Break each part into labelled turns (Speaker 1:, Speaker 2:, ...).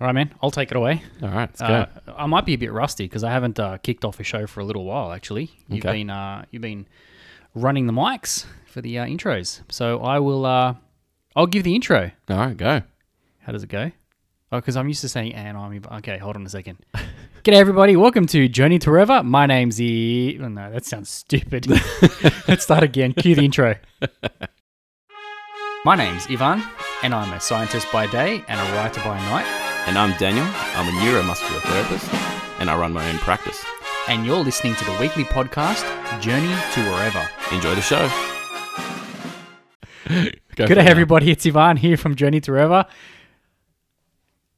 Speaker 1: All right, man. I'll take it away.
Speaker 2: All right, let's go.
Speaker 1: Uh, I might be a bit rusty because I haven't uh, kicked off a show for a little while. Actually, you've
Speaker 2: Okay.
Speaker 1: been uh, you've been running the mics for the uh, intros, so I will. Uh, I'll give the intro.
Speaker 2: All right, go.
Speaker 1: How does it go? Oh, because I'm used to saying and I'm. Okay, hold on a second. G'day, everybody. Welcome to Journey to Wherever. My name's E. Oh, no, that sounds stupid. Let's start again. Cue the intro. My name's Ivan, and I'm a scientist by day and a writer by night.
Speaker 3: And I'm Daniel. I'm a neuromuscular therapist, and I run my own practice.
Speaker 1: And you're listening to the weekly podcast, Journey to Wherever.
Speaker 3: Enjoy the show.
Speaker 2: go
Speaker 1: Good
Speaker 2: for
Speaker 1: day,
Speaker 2: it.
Speaker 1: everybody. It's Ivan here from Journey to Wherever.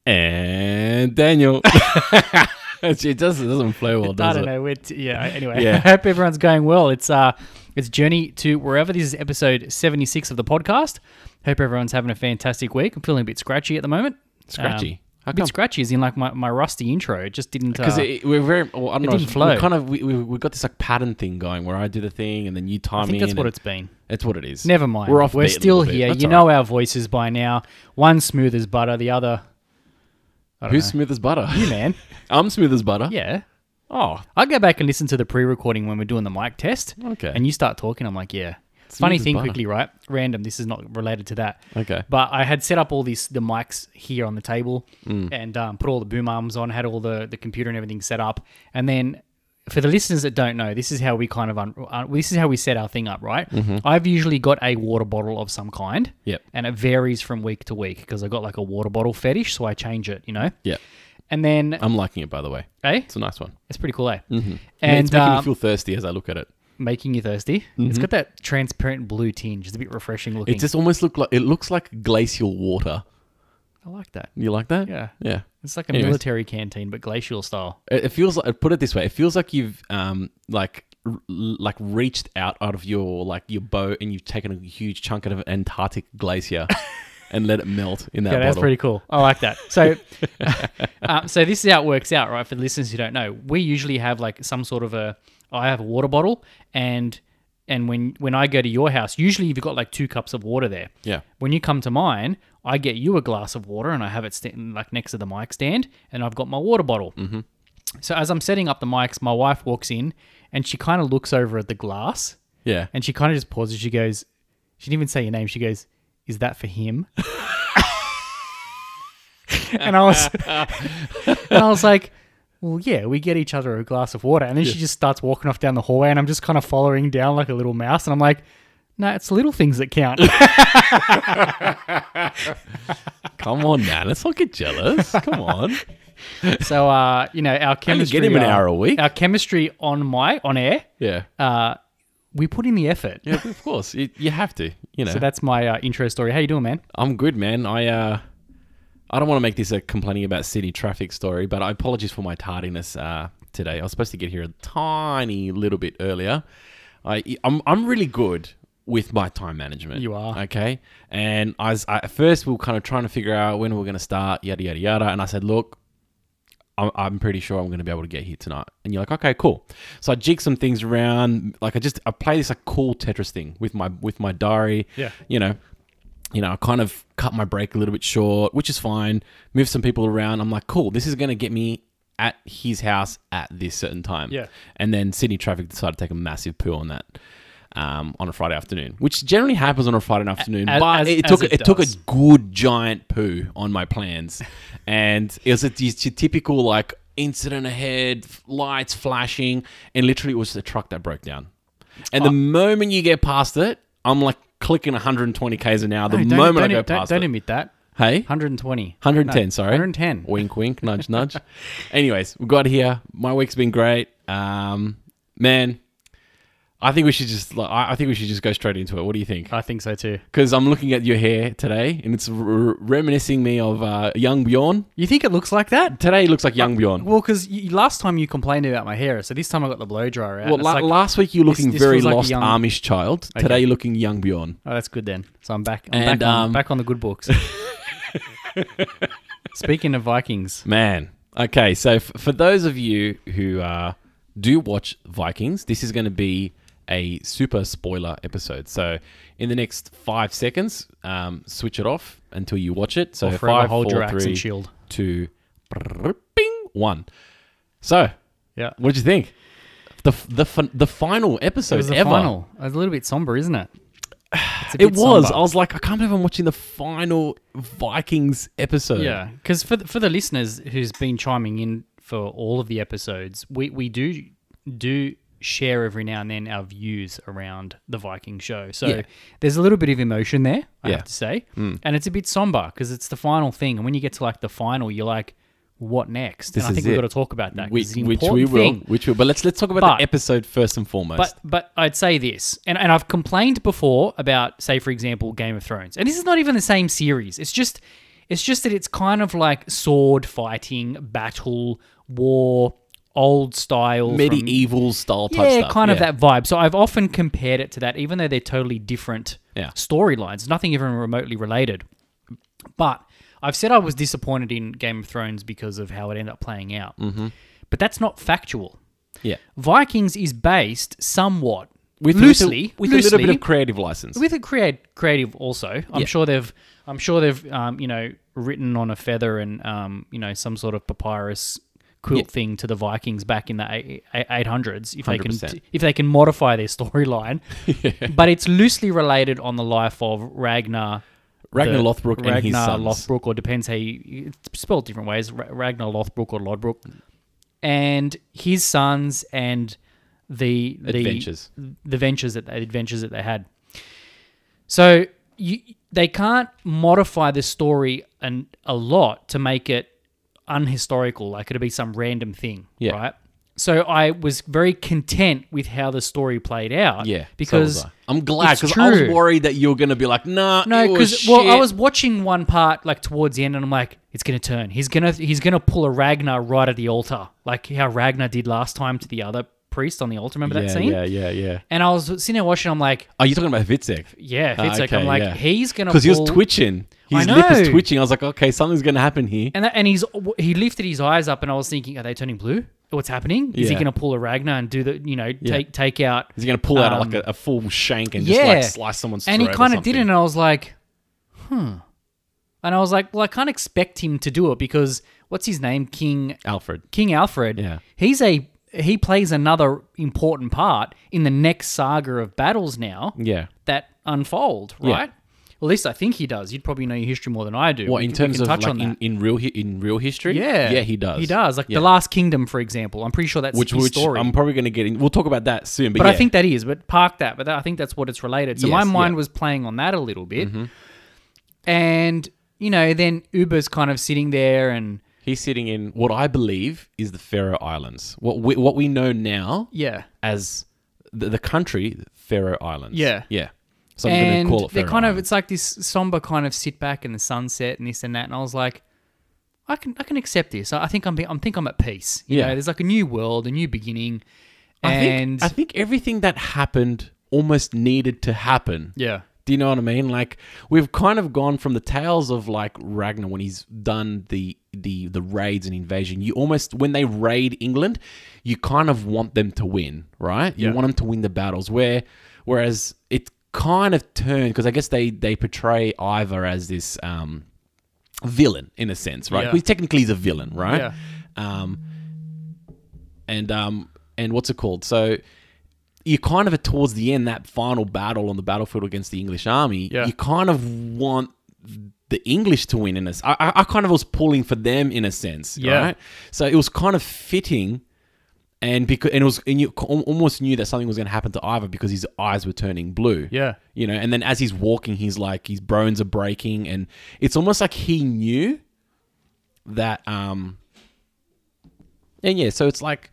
Speaker 2: And Daniel. it just it doesn't flow well,
Speaker 1: I
Speaker 2: does
Speaker 1: don't
Speaker 2: it?
Speaker 1: know. We're t- yeah. Anyway,
Speaker 2: Yeah.
Speaker 1: I hope everyone's going well. It's uh, it's journey to wherever. This is episode seventy six of the podcast. Hope everyone's having a fantastic week. I'm feeling a bit scratchy at the moment.
Speaker 2: Scratchy?
Speaker 1: Um,
Speaker 2: How
Speaker 1: a bit
Speaker 2: come?
Speaker 1: scratchy is in like my, my rusty intro. It just didn't.
Speaker 2: Because
Speaker 1: uh,
Speaker 2: we're very, well, I'm
Speaker 1: it
Speaker 2: not
Speaker 1: didn't
Speaker 2: we're
Speaker 1: flow.
Speaker 2: Kind of, we we we got this like pattern thing going where I do the thing and then you time
Speaker 1: I think
Speaker 2: in.
Speaker 1: that's what
Speaker 2: and-
Speaker 1: it's been.
Speaker 2: It's what it is.
Speaker 1: Never mind.
Speaker 2: We're off.
Speaker 1: We're
Speaker 2: beat a
Speaker 1: still
Speaker 2: little bit.
Speaker 1: here.
Speaker 2: That's
Speaker 1: you
Speaker 2: all
Speaker 1: know
Speaker 2: right.
Speaker 1: our voices by now. One smooth as butter. The other, I don't
Speaker 2: who's smooth as butter?
Speaker 1: know. you, man?
Speaker 2: I'm smooth as butter.
Speaker 1: Yeah.
Speaker 2: Oh,
Speaker 1: I go back and listen to the pre-recording when we're doing the mic test.
Speaker 2: Okay.
Speaker 1: And you start talking, I'm like, yeah. Funny
Speaker 2: as
Speaker 1: thing,
Speaker 2: butter.
Speaker 1: quickly, right? Random. This is not related to that.
Speaker 2: Okay.
Speaker 1: But I had set up all these the mics here on the table
Speaker 2: Mm.
Speaker 1: and um, put all the boom arms on, had all the the computer and everything set up, and then. For the listeners that don't know, this is how we kind of un- uh, this is how we set our thing up, right? I've usually got a water bottle of some kind,
Speaker 2: Mm-hmm. Yep.
Speaker 1: and it varies from week to week because I got like a water bottle fetish, so I change it, you know.
Speaker 2: yeah.
Speaker 1: And then,
Speaker 2: I'm liking it by the way.
Speaker 1: eh?
Speaker 2: It's a nice one.
Speaker 1: It's pretty cool, eh? Mm-hmm.
Speaker 2: I mean,
Speaker 1: And
Speaker 2: it's making
Speaker 1: um,
Speaker 2: me feel thirsty as I look at it.
Speaker 1: making you thirsty. It's got that transparent blue tinge. It's a bit refreshing looking.
Speaker 2: Mm-hmm. It just almost look like it looks like glacial water.
Speaker 1: I like that.
Speaker 2: You like that?
Speaker 1: Yeah.
Speaker 2: Yeah.
Speaker 1: It's like a
Speaker 2: Anyways.
Speaker 1: military canteen, but glacial style.
Speaker 2: It, it feels like put it this way. It feels like you've um like r- like reached out out of your like your boat and you've taken a huge chunk out of an Antarctic glacier and let it melt in that
Speaker 1: Yeah,
Speaker 2: bottle.
Speaker 1: that's pretty cool. I like that. So, uh, so this is how it works out, right? For the listeners who don't know, we usually have like some sort of a. I have a water bottle, and and when when I go to your house, usually you've got like two cups of water there.
Speaker 2: Yeah.
Speaker 1: When you come to mine, I get you a glass of water, and I have it st- like next to the mic stand, and I've got my water bottle. Mm-hmm. So as I'm setting up the mics, my wife walks in, and she kind of looks over at the glass,
Speaker 2: Yeah.
Speaker 1: and she kind of just pauses. She goes, she didn't even say your name. She goes, is that for him? and I was, and I was like, well, yeah, we get each other a glass of water. And then she just starts walking off down the hallway and I'm just kind of following down like a little mouse. And I'm like, no, it's little things that count.
Speaker 2: Come on, man. Let's not get jealous. Come on.
Speaker 1: so, uh, you know, our chemistry,
Speaker 2: get him an
Speaker 1: uh,
Speaker 2: hour a week.
Speaker 1: our chemistry on my, on air,
Speaker 2: Yeah.
Speaker 1: uh, we put in the effort.
Speaker 2: Yeah, of course. You, you have to. You know.
Speaker 1: So that's my uh, intro story. How you doing, man?
Speaker 2: I'm good, man. I uh, I don't want to make this a complaining about city traffic story, but I apologize for my tardiness uh, today. I was supposed to get here a tiny little bit earlier. I I'm, I'm really good with my time management.
Speaker 1: You are.
Speaker 2: okay. And I was I, at first we were kind of trying to figure out when we are going to start, yada yada yada. And I said, look. I'm- I'm pretty sure I'm going to be able to get here tonight. And you're like, okay, cool. So I jig some things around. Like I just I play this like cool Tetris thing with my with my diary.
Speaker 1: Yeah.
Speaker 2: You know, you know, I kind of cut my break a little bit short, which is fine. Move some people around. I'm like, cool, this is going to get me at his house at this certain time.
Speaker 1: Yeah.
Speaker 2: And then Sydney traffic decided to take a massive poo on that um, on a Friday afternoon, which generally happens on a Friday afternoon.
Speaker 1: as-
Speaker 2: but
Speaker 1: as-
Speaker 2: it
Speaker 1: as
Speaker 2: took
Speaker 1: it
Speaker 2: it, took a
Speaker 1: does.
Speaker 2: good giant poo on my plans, and it was a, it's your typical like incident ahead, f- lights flashing, and literally it was the truck that broke down. And
Speaker 1: Ah.
Speaker 2: the moment you get past it, I'm like clicking 120 k's an hour. The
Speaker 1: Don't-
Speaker 2: moment
Speaker 1: don't-
Speaker 2: I go
Speaker 1: don't-
Speaker 2: past
Speaker 1: don't
Speaker 2: it,
Speaker 1: admit that.
Speaker 2: hey,
Speaker 1: 120.
Speaker 2: 110, sorry.
Speaker 1: 110.
Speaker 2: Wink, wink, nudge, nudge. Anyways, we got here. My week's been great. Um, man, I think we should just. like, I I think we should just go straight into it. What do you think?
Speaker 1: I think so too.
Speaker 2: Because I'm looking at your hair today, and it's r- r- reminiscing me of uh, young Bjorn.
Speaker 1: You think it looks like that?
Speaker 2: Today looks like young Bjorn. Well,
Speaker 1: Well, because last time you complained about my hair, so this time I got the blow dryer out. It's
Speaker 2: la-
Speaker 1: like-
Speaker 2: last week you were looking
Speaker 1: this
Speaker 2: very
Speaker 1: feels like a
Speaker 2: lost
Speaker 1: young-
Speaker 2: Amish child. Today you're looking young Bjorn.
Speaker 1: oh, that's good then. So I'm back. I'm
Speaker 2: And,
Speaker 1: back, on,
Speaker 2: um,
Speaker 1: back on the good books. Speaking of Vikings,
Speaker 2: Man. Okay, so f- for those of you who uh, do watch Vikings, this is going to be a super spoiler episode. So in the next five seconds, um, switch it off until you watch it. So
Speaker 1: forever
Speaker 2: five,
Speaker 1: hold
Speaker 2: four,
Speaker 1: your axe
Speaker 2: three-
Speaker 1: and shield.
Speaker 2: two, bing, one. So,
Speaker 1: Yeah.
Speaker 2: what did you think? The f- the fin- the final
Speaker 1: It
Speaker 2: episode
Speaker 1: was the
Speaker 2: ever.
Speaker 1: final. It was a little bit somber, isn't it? It's a
Speaker 2: It
Speaker 1: bit
Speaker 2: was.
Speaker 1: somber.
Speaker 2: I was like, I can't believe I'm watching the final Vikings episode.
Speaker 1: Yeah, because for the, for the listeners who's been chiming in for all of the episodes, we we do do share every now and then our views around the Viking show. So
Speaker 2: Yeah.
Speaker 1: there's a little bit of emotion there, I
Speaker 2: Yeah. Hmm.
Speaker 1: have to say, and it's a bit somber because it's the final thing. And when you get to like the final, you're like, what next?
Speaker 2: This
Speaker 1: and I
Speaker 2: is
Speaker 1: think we've
Speaker 2: it.
Speaker 1: got to talk about that. 'cause
Speaker 2: Which,
Speaker 1: it's an
Speaker 2: which we
Speaker 1: important
Speaker 2: will,
Speaker 1: thing.
Speaker 2: which will, but let's let's talk about
Speaker 1: But-
Speaker 2: the episode first and foremost.
Speaker 1: But but I'd say this, and, and I've complained before about, say, for example, Game of Thrones, and this is not even the same series. It's just it's just that it's kind of like sword fighting, battle, war, old style, from-
Speaker 2: medieval style type
Speaker 1: yeah,
Speaker 2: stuff.
Speaker 1: kind of
Speaker 2: yeah.
Speaker 1: that vibe. So I've often compared it to that, even though they're totally different
Speaker 2: Yeah.
Speaker 1: storylines, nothing even remotely related. But I've said I was disappointed in Game of Thrones because of how it ended up playing out. Mm-hmm. But that's not factual.
Speaker 2: Yeah,
Speaker 1: Vikings is based somewhat
Speaker 2: with
Speaker 1: loosely,
Speaker 2: with, a- with
Speaker 1: loosely,
Speaker 2: a little bit of creative license.
Speaker 1: with a create creative also. I'm
Speaker 2: Yeah.
Speaker 1: sure they've, I'm sure they've, um, you know, written on a feather and um, you know, some sort of papyrus quilt
Speaker 2: Yeah.
Speaker 1: thing to the Vikings back in the eight- eight- 800s if they can
Speaker 2: 100%.
Speaker 1: if they can modify their storyline. But it's loosely related on the life of Ragnar
Speaker 2: Ragnar
Speaker 1: the-
Speaker 2: Lothbrok and his
Speaker 1: Ragnar
Speaker 2: sons.
Speaker 1: Lothbrok, or depends how you it's spelled different ways. Ra- Ragnar Lothbrok or Lodbrok, and his sons and the, the
Speaker 2: Adventures.
Speaker 1: the ventures that the adventures that they had. So you they can't modify the story and a lot to make it unhistorical. Like it'll be some random thing,
Speaker 2: Yeah.
Speaker 1: right? So I was very content with how the story played out.
Speaker 2: Yeah, so
Speaker 1: because
Speaker 2: was I. I'm glad
Speaker 1: it's
Speaker 2: because I was
Speaker 1: true.
Speaker 2: worried that you were gonna be like, nah,
Speaker 1: No,
Speaker 2: because
Speaker 1: because well, I was watching one part like towards the end, and I'm like, it's gonna turn. He's gonna he's gonna pull a Ragnar right at the altar, like how Ragnar did last time to the other priest on the altar. Remember
Speaker 2: yeah,
Speaker 1: that scene?
Speaker 2: yeah, yeah, yeah.
Speaker 1: And I was sitting there watching. I'm like,
Speaker 2: Are you talking about Vitzek?
Speaker 1: yeah,
Speaker 2: Ah,
Speaker 1: Fitzek.
Speaker 2: okay,
Speaker 1: I'm like,
Speaker 2: yeah.
Speaker 1: he's gonna
Speaker 2: Because he was
Speaker 1: pull-
Speaker 2: twitching.
Speaker 1: I
Speaker 2: His lip is
Speaker 1: know.
Speaker 2: twitching. I was like, okay, something's gonna happen here.
Speaker 1: and that, and he's he lifted his eyes up, and I was thinking, are they turning blue? What's happening? Is he
Speaker 2: Yeah.
Speaker 1: gonna pull a Ragnar and do the you know take take out?
Speaker 2: Is he gonna pull out
Speaker 1: Um,
Speaker 2: like a, a full shank and
Speaker 1: yeah,
Speaker 2: just like slice someone's
Speaker 1: and he
Speaker 2: throat?
Speaker 1: kind of
Speaker 2: did
Speaker 1: didn't.
Speaker 2: not
Speaker 1: And I was like, hmm. And I was like, well, I can't expect him to do it because what's his name, King
Speaker 2: Alfred.
Speaker 1: King Alfred,
Speaker 2: Yeah.
Speaker 1: he's a he plays another important part in the next saga of battles now
Speaker 2: Yeah.
Speaker 1: that unfold, right? At least I think he does. You'd probably know your history more than I do.
Speaker 2: What
Speaker 1: We-
Speaker 2: in
Speaker 1: we
Speaker 2: terms
Speaker 1: can
Speaker 2: of
Speaker 1: touch
Speaker 2: like
Speaker 1: on
Speaker 2: in,
Speaker 1: that.
Speaker 2: in real hi- in real history?
Speaker 1: yeah,
Speaker 2: yeah, he does.
Speaker 1: He does. Like
Speaker 2: Yeah.
Speaker 1: the Last Kingdom, for example. I'm pretty sure that's
Speaker 2: which
Speaker 1: his
Speaker 2: which
Speaker 1: story.
Speaker 2: I'm probably gonna get in. We'll talk about that soon. But,
Speaker 1: but
Speaker 2: yeah.
Speaker 1: I think that is. But park that. But that, I think that's what it's related. So my
Speaker 2: Yes,
Speaker 1: mind
Speaker 2: yeah. Mm-hmm.
Speaker 1: was playing on that a little bit, and you know, then Uber's kind of sitting there and
Speaker 2: he's sitting in what I believe is the Faroe Islands. What we what we know now
Speaker 1: yeah,
Speaker 2: as the, the country Faroe Islands.
Speaker 1: Yeah.
Speaker 2: yeah. So I'm
Speaker 1: and
Speaker 2: gonna call it
Speaker 1: they're
Speaker 2: Faroe
Speaker 1: kind of
Speaker 2: Islands.
Speaker 1: it's like this somber kind of sit back in the sunset and this and that. And I was like, I can I can accept this. I I think I'm be- I'm think I'm at peace. You
Speaker 2: Yeah.
Speaker 1: know, there's like a new world, a new beginning,
Speaker 2: I
Speaker 1: and
Speaker 2: think, I think everything that happened almost needed to happen.
Speaker 1: yeah,
Speaker 2: Do you know what I mean? Like we've kind of gone from the tales of like Ragnar when he's done the the the raids and invasion. You almost when they raid England, you kind of want them to win, right? You want them to win the battles. Where whereas it kind of turned because I guess they they portray Ivor as this um villain in a sense, right?
Speaker 1: Yeah.
Speaker 2: Well, technically he's a villain, right?
Speaker 1: Yeah.
Speaker 2: Um and um and what's it called? So you kind of are towards the end that final battle on the battlefield against the English army.
Speaker 1: Yeah.
Speaker 2: You kind of want the English to win in a s- I, I- I kind of was pulling for them in a sense.
Speaker 1: Yeah.
Speaker 2: Right? So it was kind of fitting. And because and it was and you al- almost knew that something was going to happen to Ivor because his eyes were turning blue.
Speaker 1: Yeah.
Speaker 2: you know. And then as he's walking, he's like his bones are breaking, and it's almost like he knew that. um And yeah, so it's like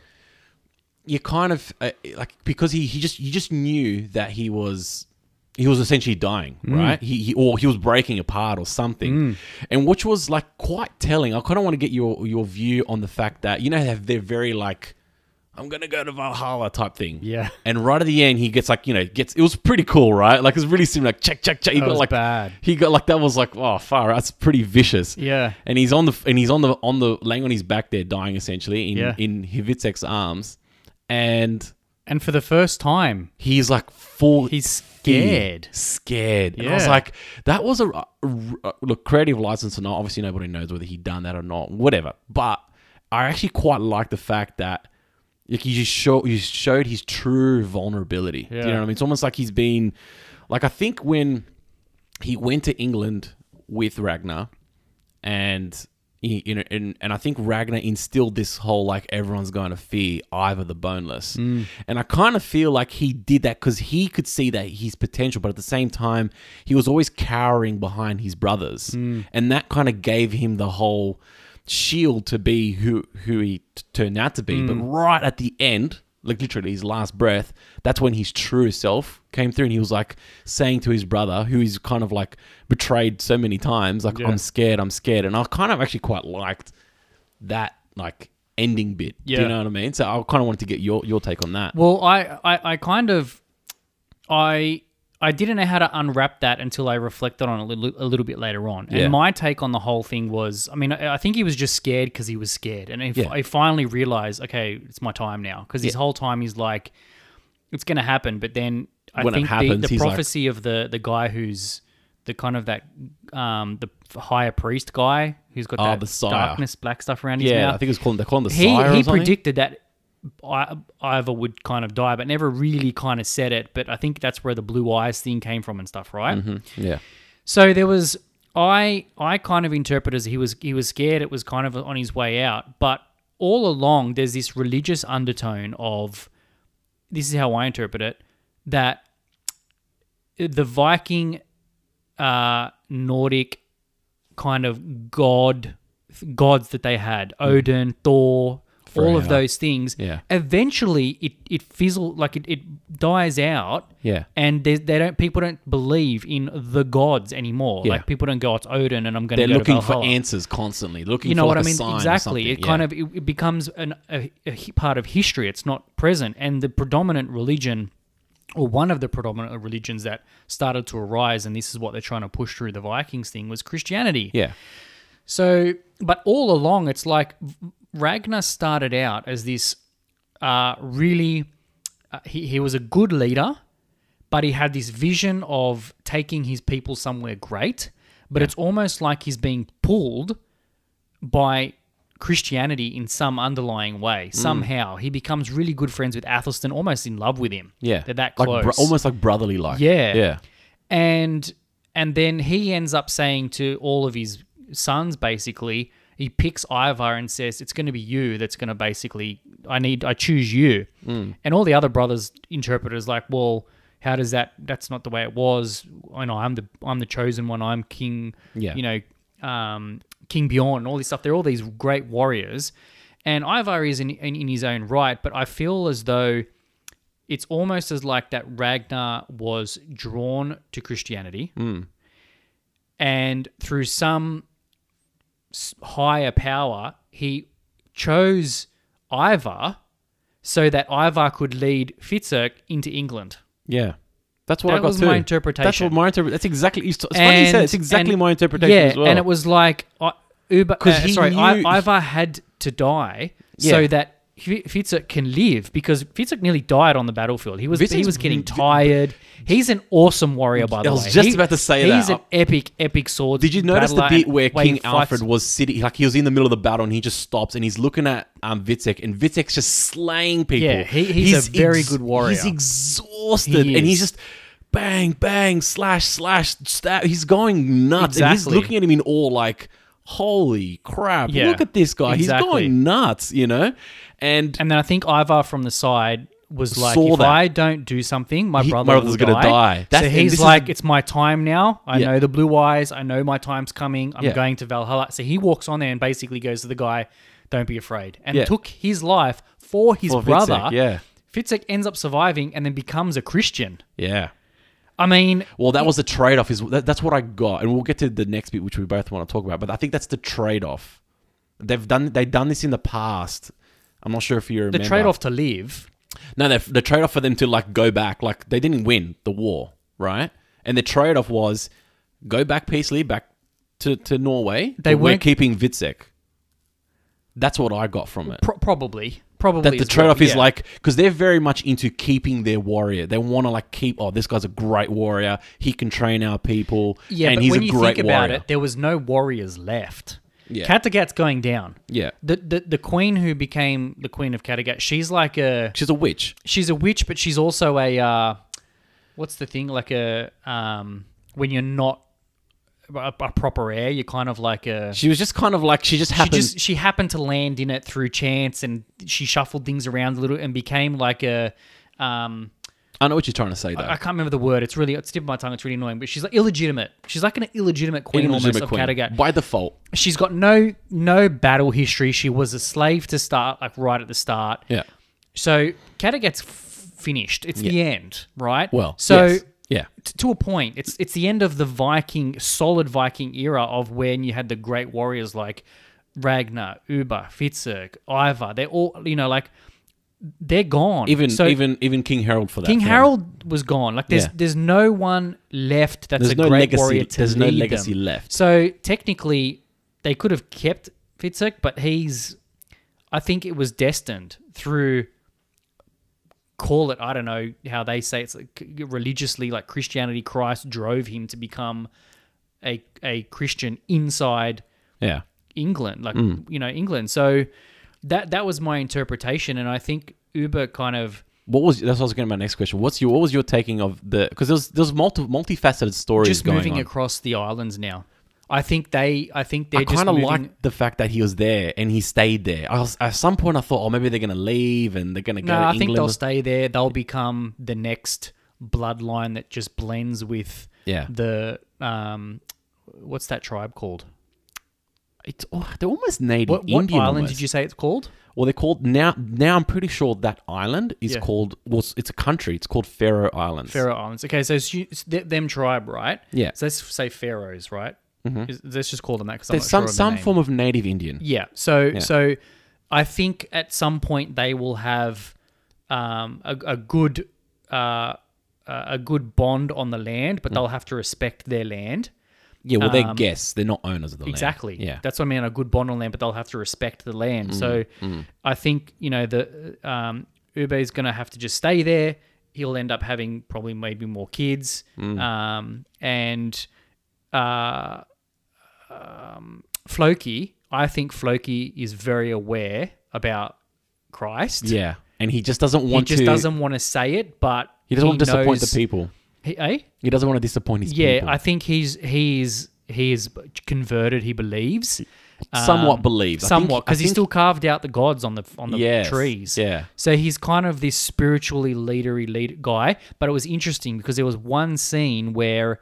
Speaker 2: you kind of uh, like because he he just you just knew that he was he was essentially dying,
Speaker 1: Mm.
Speaker 2: right? He, he or he was breaking apart or something, and which was like quite telling. I kind of want to get your your view on the fact that you know they have- they're very like. I'm gonna go to Valhalla type thing.
Speaker 1: Yeah.
Speaker 2: And right at the end, he gets like you know gets it was pretty cool, right? Like it's really similar. Like check, check, check. He got
Speaker 1: was
Speaker 2: like
Speaker 1: bad.
Speaker 2: He got like that was like oh far. out. That's pretty vicious.
Speaker 1: Yeah.
Speaker 2: And he's on the and he's on the on the laying on his back there, dying essentially in
Speaker 1: Yeah.
Speaker 2: in Hivitsek's arms, and
Speaker 1: And for the first time,
Speaker 2: He's like full.
Speaker 1: he's
Speaker 2: fear,
Speaker 1: scared.
Speaker 2: Scared. And I was
Speaker 1: Yeah.
Speaker 2: like, that was a, a- a- look creative license or not. Obviously, nobody knows whether he done that or not. Whatever. But I actually quite like the fact that like, he just show, he showed his true vulnerability. Do you know
Speaker 1: Yeah.
Speaker 2: what I mean? It's almost like he's been like I think when he went to England with Ragnar and he, you know, and, and I think Ragnar instilled this whole like everyone's going to fear Ivor the Boneless, and I kind of feel like he did that because he could see that his potential, but at the same time he was always cowering behind his brothers, and that kind of gave him the whole shield to be who who he t- turned out to be. But
Speaker 1: Mm.
Speaker 2: right at the end, like literally his last breath, that's when his true self came through and he was like saying to his brother, who he's kind of like betrayed so many times, like, I'm scared, I'm scared. And I kind of actually quite liked that like ending bit. Do
Speaker 1: Yeah.
Speaker 2: you know what I mean? So I kind of wanted to get your, your take on that.
Speaker 1: Well, I, I, I kind of, I, I didn't know how to unwrap that until I reflected on it a little, a little bit later on.
Speaker 2: Yeah.
Speaker 1: And my take on the whole thing was, I mean, I, I think he was just scared because he was scared, and if
Speaker 2: Yeah.
Speaker 1: I finally realized, okay, it's my time now, because his whole time he's like, it's going to happen, but then I
Speaker 2: When it
Speaker 1: think
Speaker 2: happens,
Speaker 1: the, the
Speaker 2: he's like-
Speaker 1: prophecy of the the guy who's the kind of that um the higher priest guy who's got
Speaker 2: Oh,
Speaker 1: that
Speaker 2: the sire.
Speaker 1: darkness black stuff around his
Speaker 2: yeah,
Speaker 1: mouth
Speaker 2: I think it's called, they're calling the
Speaker 1: he
Speaker 2: sire or
Speaker 1: he
Speaker 2: something.
Speaker 1: predicted that I- Ivor would kind of die, but never really kind of said it. But I think that's where the blue eyes thing came from and stuff, right?
Speaker 2: Hmm. yeah.
Speaker 1: So there was I I kind of interpret as he was he was scared. It was kind of on his way out, but all along there's this religious undertone of this is how I interpret it that the Viking uh, Nordic kind of god gods that they had Odin, Thor, all of
Speaker 2: Hmm. Freya.
Speaker 1: those things.
Speaker 2: Yeah.
Speaker 1: Eventually, it it fizzle like it, it dies out.
Speaker 2: Yeah.
Speaker 1: And they, they don't people don't believe in the gods anymore.
Speaker 2: Yeah.
Speaker 1: Like people don't go, it's Odin, and I'm going to
Speaker 2: They're
Speaker 1: go
Speaker 2: looking
Speaker 1: to
Speaker 2: for
Speaker 1: Valhalla."
Speaker 2: answers constantly, looking
Speaker 1: You know
Speaker 2: for
Speaker 1: what
Speaker 2: like,
Speaker 1: I
Speaker 2: a sign
Speaker 1: mean?
Speaker 2: or
Speaker 1: Exactly. It
Speaker 2: something.
Speaker 1: kind
Speaker 2: Yeah.
Speaker 1: of it, it becomes an, a, a hi- part of history. It's not present, and the predominant religion, or one of the predominant religions that started to arise, and this is what they're trying to push through the Vikings thing was Christianity.
Speaker 2: Yeah.
Speaker 1: So, but all along, it's like Ragnar started out as this uh, really, uh, he, he was a good leader, but he had this vision of taking his people somewhere great. But it's almost like he's being pulled by Christianity in some underlying way.
Speaker 2: Mm.
Speaker 1: Somehow, he becomes really good friends with Athelstan, almost in love with him.
Speaker 2: Yeah.
Speaker 1: They're that
Speaker 2: like,
Speaker 1: close.
Speaker 2: bro- almost like brotherly like.
Speaker 1: Yeah.
Speaker 2: Yeah.
Speaker 1: and and then he ends up saying to all of his sons basically he picks Ivar and says it's going to be you that's going to basically I need I choose you and all the other brothers interpreters like well how does that that's not the way it was I know I'm the I'm the chosen one I'm king
Speaker 2: Yeah.
Speaker 1: you know um, King Bjorn and all this stuff they're all these great warriors and Ivar is in, in, in his own right but I feel as though it's almost as like that Ragnar was drawn to Christianity, and through some s- higher power, he chose Ivar so that Ivar could lead Fitzurk into England.
Speaker 2: Yeah. That's what
Speaker 1: That
Speaker 2: I got
Speaker 1: was my
Speaker 2: too. That's what
Speaker 1: interpretation.
Speaker 2: my interpretation. That's exactly. It's, it's funny you said. it. It's
Speaker 1: And-
Speaker 2: exactly
Speaker 1: and-
Speaker 2: my interpretation
Speaker 1: yeah,
Speaker 2: as well.
Speaker 1: and it was like uh, Uber.
Speaker 2: 'Cause
Speaker 1: uh,
Speaker 2: he
Speaker 1: sorry,
Speaker 2: knew-
Speaker 1: I, Ivar had to die
Speaker 2: Yeah.
Speaker 1: so that. Fi- Fitzek can live because Fitzek nearly died on the battlefield. He was he
Speaker 2: Fitzek's
Speaker 1: was getting
Speaker 2: re-
Speaker 1: tired. He's an awesome warrior, by the
Speaker 2: I
Speaker 1: way.
Speaker 2: was just
Speaker 1: He-
Speaker 2: about to say
Speaker 1: he's
Speaker 2: that.
Speaker 1: an epic, epic sword.
Speaker 2: Did you notice the
Speaker 1: battler
Speaker 2: bit
Speaker 1: and
Speaker 2: where
Speaker 1: way he
Speaker 2: King
Speaker 1: fights-
Speaker 2: Alfred was sitting, like he was in the middle of the battle, and he just stops and he's looking at um, Vitek, and Vitek's just slaying people.
Speaker 1: Yeah, he- he's a very good warrior.
Speaker 2: He's exhausted,
Speaker 1: He
Speaker 2: and he's
Speaker 1: is.
Speaker 2: just bang, bang, slash, slash, stab. He's going nuts, and
Speaker 1: Exactly.
Speaker 2: he's looking at him in awe, like, "Holy crap!
Speaker 1: Yeah,
Speaker 2: Look at this guy.
Speaker 1: exactly.
Speaker 2: He's going nuts," you know. And
Speaker 1: And then I think Ivar from the side was like,
Speaker 2: Saw
Speaker 1: if
Speaker 2: that.
Speaker 1: I don't do something, my
Speaker 2: He-
Speaker 1: brother
Speaker 2: my brother's
Speaker 1: will
Speaker 2: gonna
Speaker 1: die.
Speaker 2: die. That's-
Speaker 1: so
Speaker 2: and
Speaker 1: he's
Speaker 2: this is-
Speaker 1: like, it's my time now. I
Speaker 2: Yeah.
Speaker 1: know the blue eyes. I know my time's coming. I'm
Speaker 2: Yeah.
Speaker 1: going to Valhalla. So he walks on there and basically goes to the guy, don't be afraid, and
Speaker 2: Yeah.
Speaker 1: took his life for his
Speaker 2: For Vitek,
Speaker 1: brother.
Speaker 2: yeah.
Speaker 1: Fitzek ends up surviving and then becomes a Christian.
Speaker 2: yeah,
Speaker 1: I mean,
Speaker 2: Well, that was the trade off. Is that, that's what I got, and we'll get to the next bit, which we both want to talk about. But I think that's the trade off. They've done they've done this in the past. I'm not sure if you remember
Speaker 1: the trade off to live.
Speaker 2: No, the, the trade off for them to like go back, like they didn't win the war, right? And the trade off was go back peacefully back to, to Norway.
Speaker 1: They
Speaker 2: but we're
Speaker 1: weren't-
Speaker 2: keeping Vitzek. That's what I got from it.
Speaker 1: Pro- probably. probably
Speaker 2: that the
Speaker 1: as
Speaker 2: trade off
Speaker 1: well,
Speaker 2: is
Speaker 1: yeah.
Speaker 2: like because they're very much into keeping their warrior. They want to like keep. Oh, this guy's a great warrior. He can train our people.
Speaker 1: Yeah,
Speaker 2: and
Speaker 1: but
Speaker 2: he's
Speaker 1: when
Speaker 2: a
Speaker 1: you
Speaker 2: great
Speaker 1: think about
Speaker 2: warrior.
Speaker 1: it, there was no warriors left.
Speaker 2: Yeah.
Speaker 1: Kattegat's going down.
Speaker 2: yeah,
Speaker 1: The, the the queen who became the queen of Kattegat, she's like a
Speaker 2: she's a witch.
Speaker 1: she's a witch, but she's also a uh, what's the thing like a um when you're not a, a proper heir, you're kind of like a
Speaker 2: She was just kind of like she just
Speaker 1: she
Speaker 2: happened.
Speaker 1: just she happened to land in it through chance, and she shuffled things around a little and became like a um
Speaker 2: I know what you're trying to say though.
Speaker 1: I can't remember the word. It's really it's tip of my tongue. It's really annoying, but she's like illegitimate. She's like an illegitimate queen
Speaker 2: Illegitimate
Speaker 1: almost
Speaker 2: queen.
Speaker 1: of Kattegat.
Speaker 2: by default.
Speaker 1: She's got no no battle history. She was a slave to start like right at the start.
Speaker 2: Yeah.
Speaker 1: So Kattegat's f- finished. It's the end, right?
Speaker 2: Well.
Speaker 1: so
Speaker 2: yes. yeah.
Speaker 1: t- to a point, it's it's the end of the Viking solid Viking era of when you had the great warriors like Ragnar, Uber, Fitzurg, Ivar. They're all you know like they're gone.
Speaker 2: Even
Speaker 1: so
Speaker 2: even even King Harold for that.
Speaker 1: King
Speaker 2: film.
Speaker 1: Harold was gone. Like there's
Speaker 2: Yeah.
Speaker 1: there's no one left that's
Speaker 2: There's
Speaker 1: a
Speaker 2: no
Speaker 1: great
Speaker 2: legacy-
Speaker 1: warrior to
Speaker 2: there's no
Speaker 1: lead
Speaker 2: legacy
Speaker 1: them.
Speaker 2: left.
Speaker 1: So technically, they could have kept Fitzek, but he's, I think it was destined through. Call it I don't know how they say it's like c- religiously like Christianity. Christ drove him to become a a Christian inside
Speaker 2: Yeah.
Speaker 1: England, like
Speaker 2: Mm.
Speaker 1: you know England. So that that was my interpretation, and I think Uber kind of
Speaker 2: What was that's what I was going to my next question. What's your what was your taking of the because there's there's multi multifaceted stories
Speaker 1: just
Speaker 2: going
Speaker 1: moving
Speaker 2: on.
Speaker 1: across the islands now. I think they. I think they're
Speaker 2: I
Speaker 1: just
Speaker 2: kind of
Speaker 1: moving.
Speaker 2: like uh, the fact that he was there and he stayed there. I was, at some point, I thought, oh, maybe they're going to leave and they're going to go
Speaker 1: no,
Speaker 2: to
Speaker 1: I think
Speaker 2: England.
Speaker 1: they'll stay there. They'll become the next bloodline that just blends with
Speaker 2: Yeah.
Speaker 1: the um, what's that tribe called?
Speaker 2: it's, oh, they're almost native
Speaker 1: What, what
Speaker 2: Indian.
Speaker 1: island
Speaker 2: almost.
Speaker 1: did you say it's called?
Speaker 2: Well, they're called now. Now I'm pretty sure that island is
Speaker 1: Yeah.
Speaker 2: called. Well, it's- it's a country. It's called Faroe Islands.
Speaker 1: Faroe Islands. Okay, so it's, you- it's th- them tribe, right?
Speaker 2: Yeah. Mm-hmm.
Speaker 1: So let's say Pharaohs, right? Is- Let's just call them that because I'm
Speaker 2: There's
Speaker 1: not
Speaker 2: some
Speaker 1: sure of the
Speaker 2: some
Speaker 1: name.
Speaker 2: form of native Indian.
Speaker 1: Yeah. So so I think at some point they will have um, a, a good uh, a good bond on the land, but they'll have to respect their land.
Speaker 2: Yeah, well, they're guests. They're not owners of the
Speaker 1: Um, Exactly.
Speaker 2: land. Yeah. Mm,
Speaker 1: That's what I mean. A good bond on land, but they'll have to respect the land. so I think you know the um, Ube is going to have to just stay there. He'll end up having probably maybe more kids,
Speaker 2: Mm.
Speaker 1: um, and uh, um, Floki. I think Floki is very aware about Christ.
Speaker 2: yeah. And he just doesn't
Speaker 1: He
Speaker 2: want
Speaker 1: just
Speaker 2: to.
Speaker 1: doesn't want to say it, but
Speaker 2: He doesn't want to disappoint
Speaker 1: knows-
Speaker 2: the people.
Speaker 1: He, eh?
Speaker 2: He doesn't want to disappoint his
Speaker 1: Yeah,
Speaker 2: people.
Speaker 1: I think he's he is he is converted. He believes
Speaker 2: somewhat believes. I
Speaker 1: um,
Speaker 2: think-
Speaker 1: somewhat
Speaker 2: I
Speaker 1: because he
Speaker 2: think-
Speaker 1: still carved out the gods on the on the
Speaker 2: Yes,
Speaker 1: trees.
Speaker 2: yeah.
Speaker 1: So he's kind of this spiritually leadery lead guy. But it was interesting because there was one scene where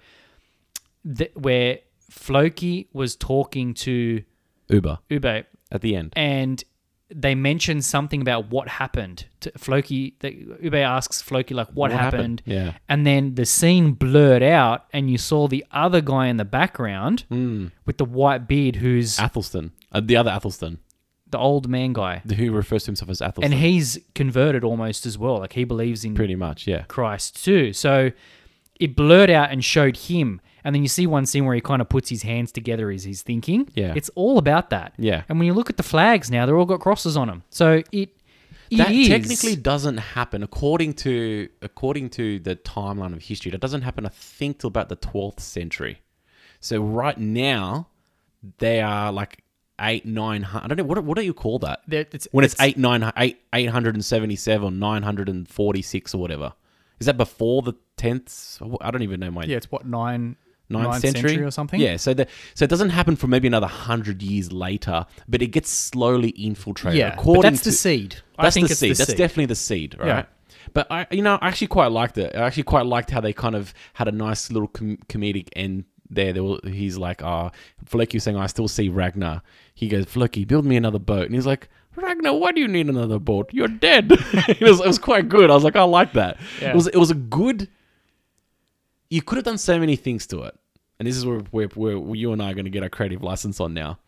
Speaker 1: the, where Floki was talking to
Speaker 2: Uber
Speaker 1: Ube
Speaker 2: at the end.
Speaker 1: and they mentioned something about what happened to Floki. The, Ube asks Floki like, "What,
Speaker 2: What happened?
Speaker 1: happened?
Speaker 2: Yeah.
Speaker 1: And then the scene blurred out, and you saw the other guy in the background
Speaker 2: Hmm.
Speaker 1: with the white beard, who's
Speaker 2: Athelstan, uh, the other Athelstan,
Speaker 1: the old man guy,
Speaker 2: the- who refers to himself as Athelstan,
Speaker 1: and he's converted almost as well. Like he believes in
Speaker 2: pretty much, yeah.
Speaker 1: Christ too. So it blurred out and showed him. And then you see one scene where he kind of puts his hands together as he's thinking.
Speaker 2: Yeah.
Speaker 1: It's all about that.
Speaker 2: Yeah.
Speaker 1: And when you look at the flags now, they're all got crosses on them. So it, it
Speaker 2: that
Speaker 1: is-
Speaker 2: technically doesn't happen according to according to the timeline of history. That doesn't happen, I think, till about the twelfth century. So right now, they are like eight nine hundred. I don't know what what do you call that
Speaker 1: that it's,
Speaker 2: when it's, eight nine eight eight hundred and seventy seven nine hundred and forty six or whatever. Is that before the tenth? I don't even know my
Speaker 1: yeah, it's what nine
Speaker 2: ninth,
Speaker 1: ninth
Speaker 2: century?
Speaker 1: century or something?
Speaker 2: Yeah, so the, so it doesn't happen for maybe another hundred years later, but it gets slowly infiltrated.
Speaker 1: yeah.
Speaker 2: according
Speaker 1: but that's
Speaker 2: to,
Speaker 1: the seed. I
Speaker 2: That's
Speaker 1: think
Speaker 2: the
Speaker 1: it's
Speaker 2: seed.
Speaker 1: the
Speaker 2: that's
Speaker 1: seed.
Speaker 2: definitely the seed, right?
Speaker 1: Yeah.
Speaker 2: But I, you know, I actually quite liked it. I actually quite liked how they kind of had a nice little com- comedic end there. there were, he's like, "Ah, Floki was saying, I still see Ragnar." He goes, "Floki, build me another boat," and he's like. Ragnar, why do you need another boat? You're dead. it, was, it was quite good. I was like, I like that.
Speaker 1: Yeah.
Speaker 2: It was it was a good you could have done so many things to it. And this is where, where, where you and I are going to get our creative license on now.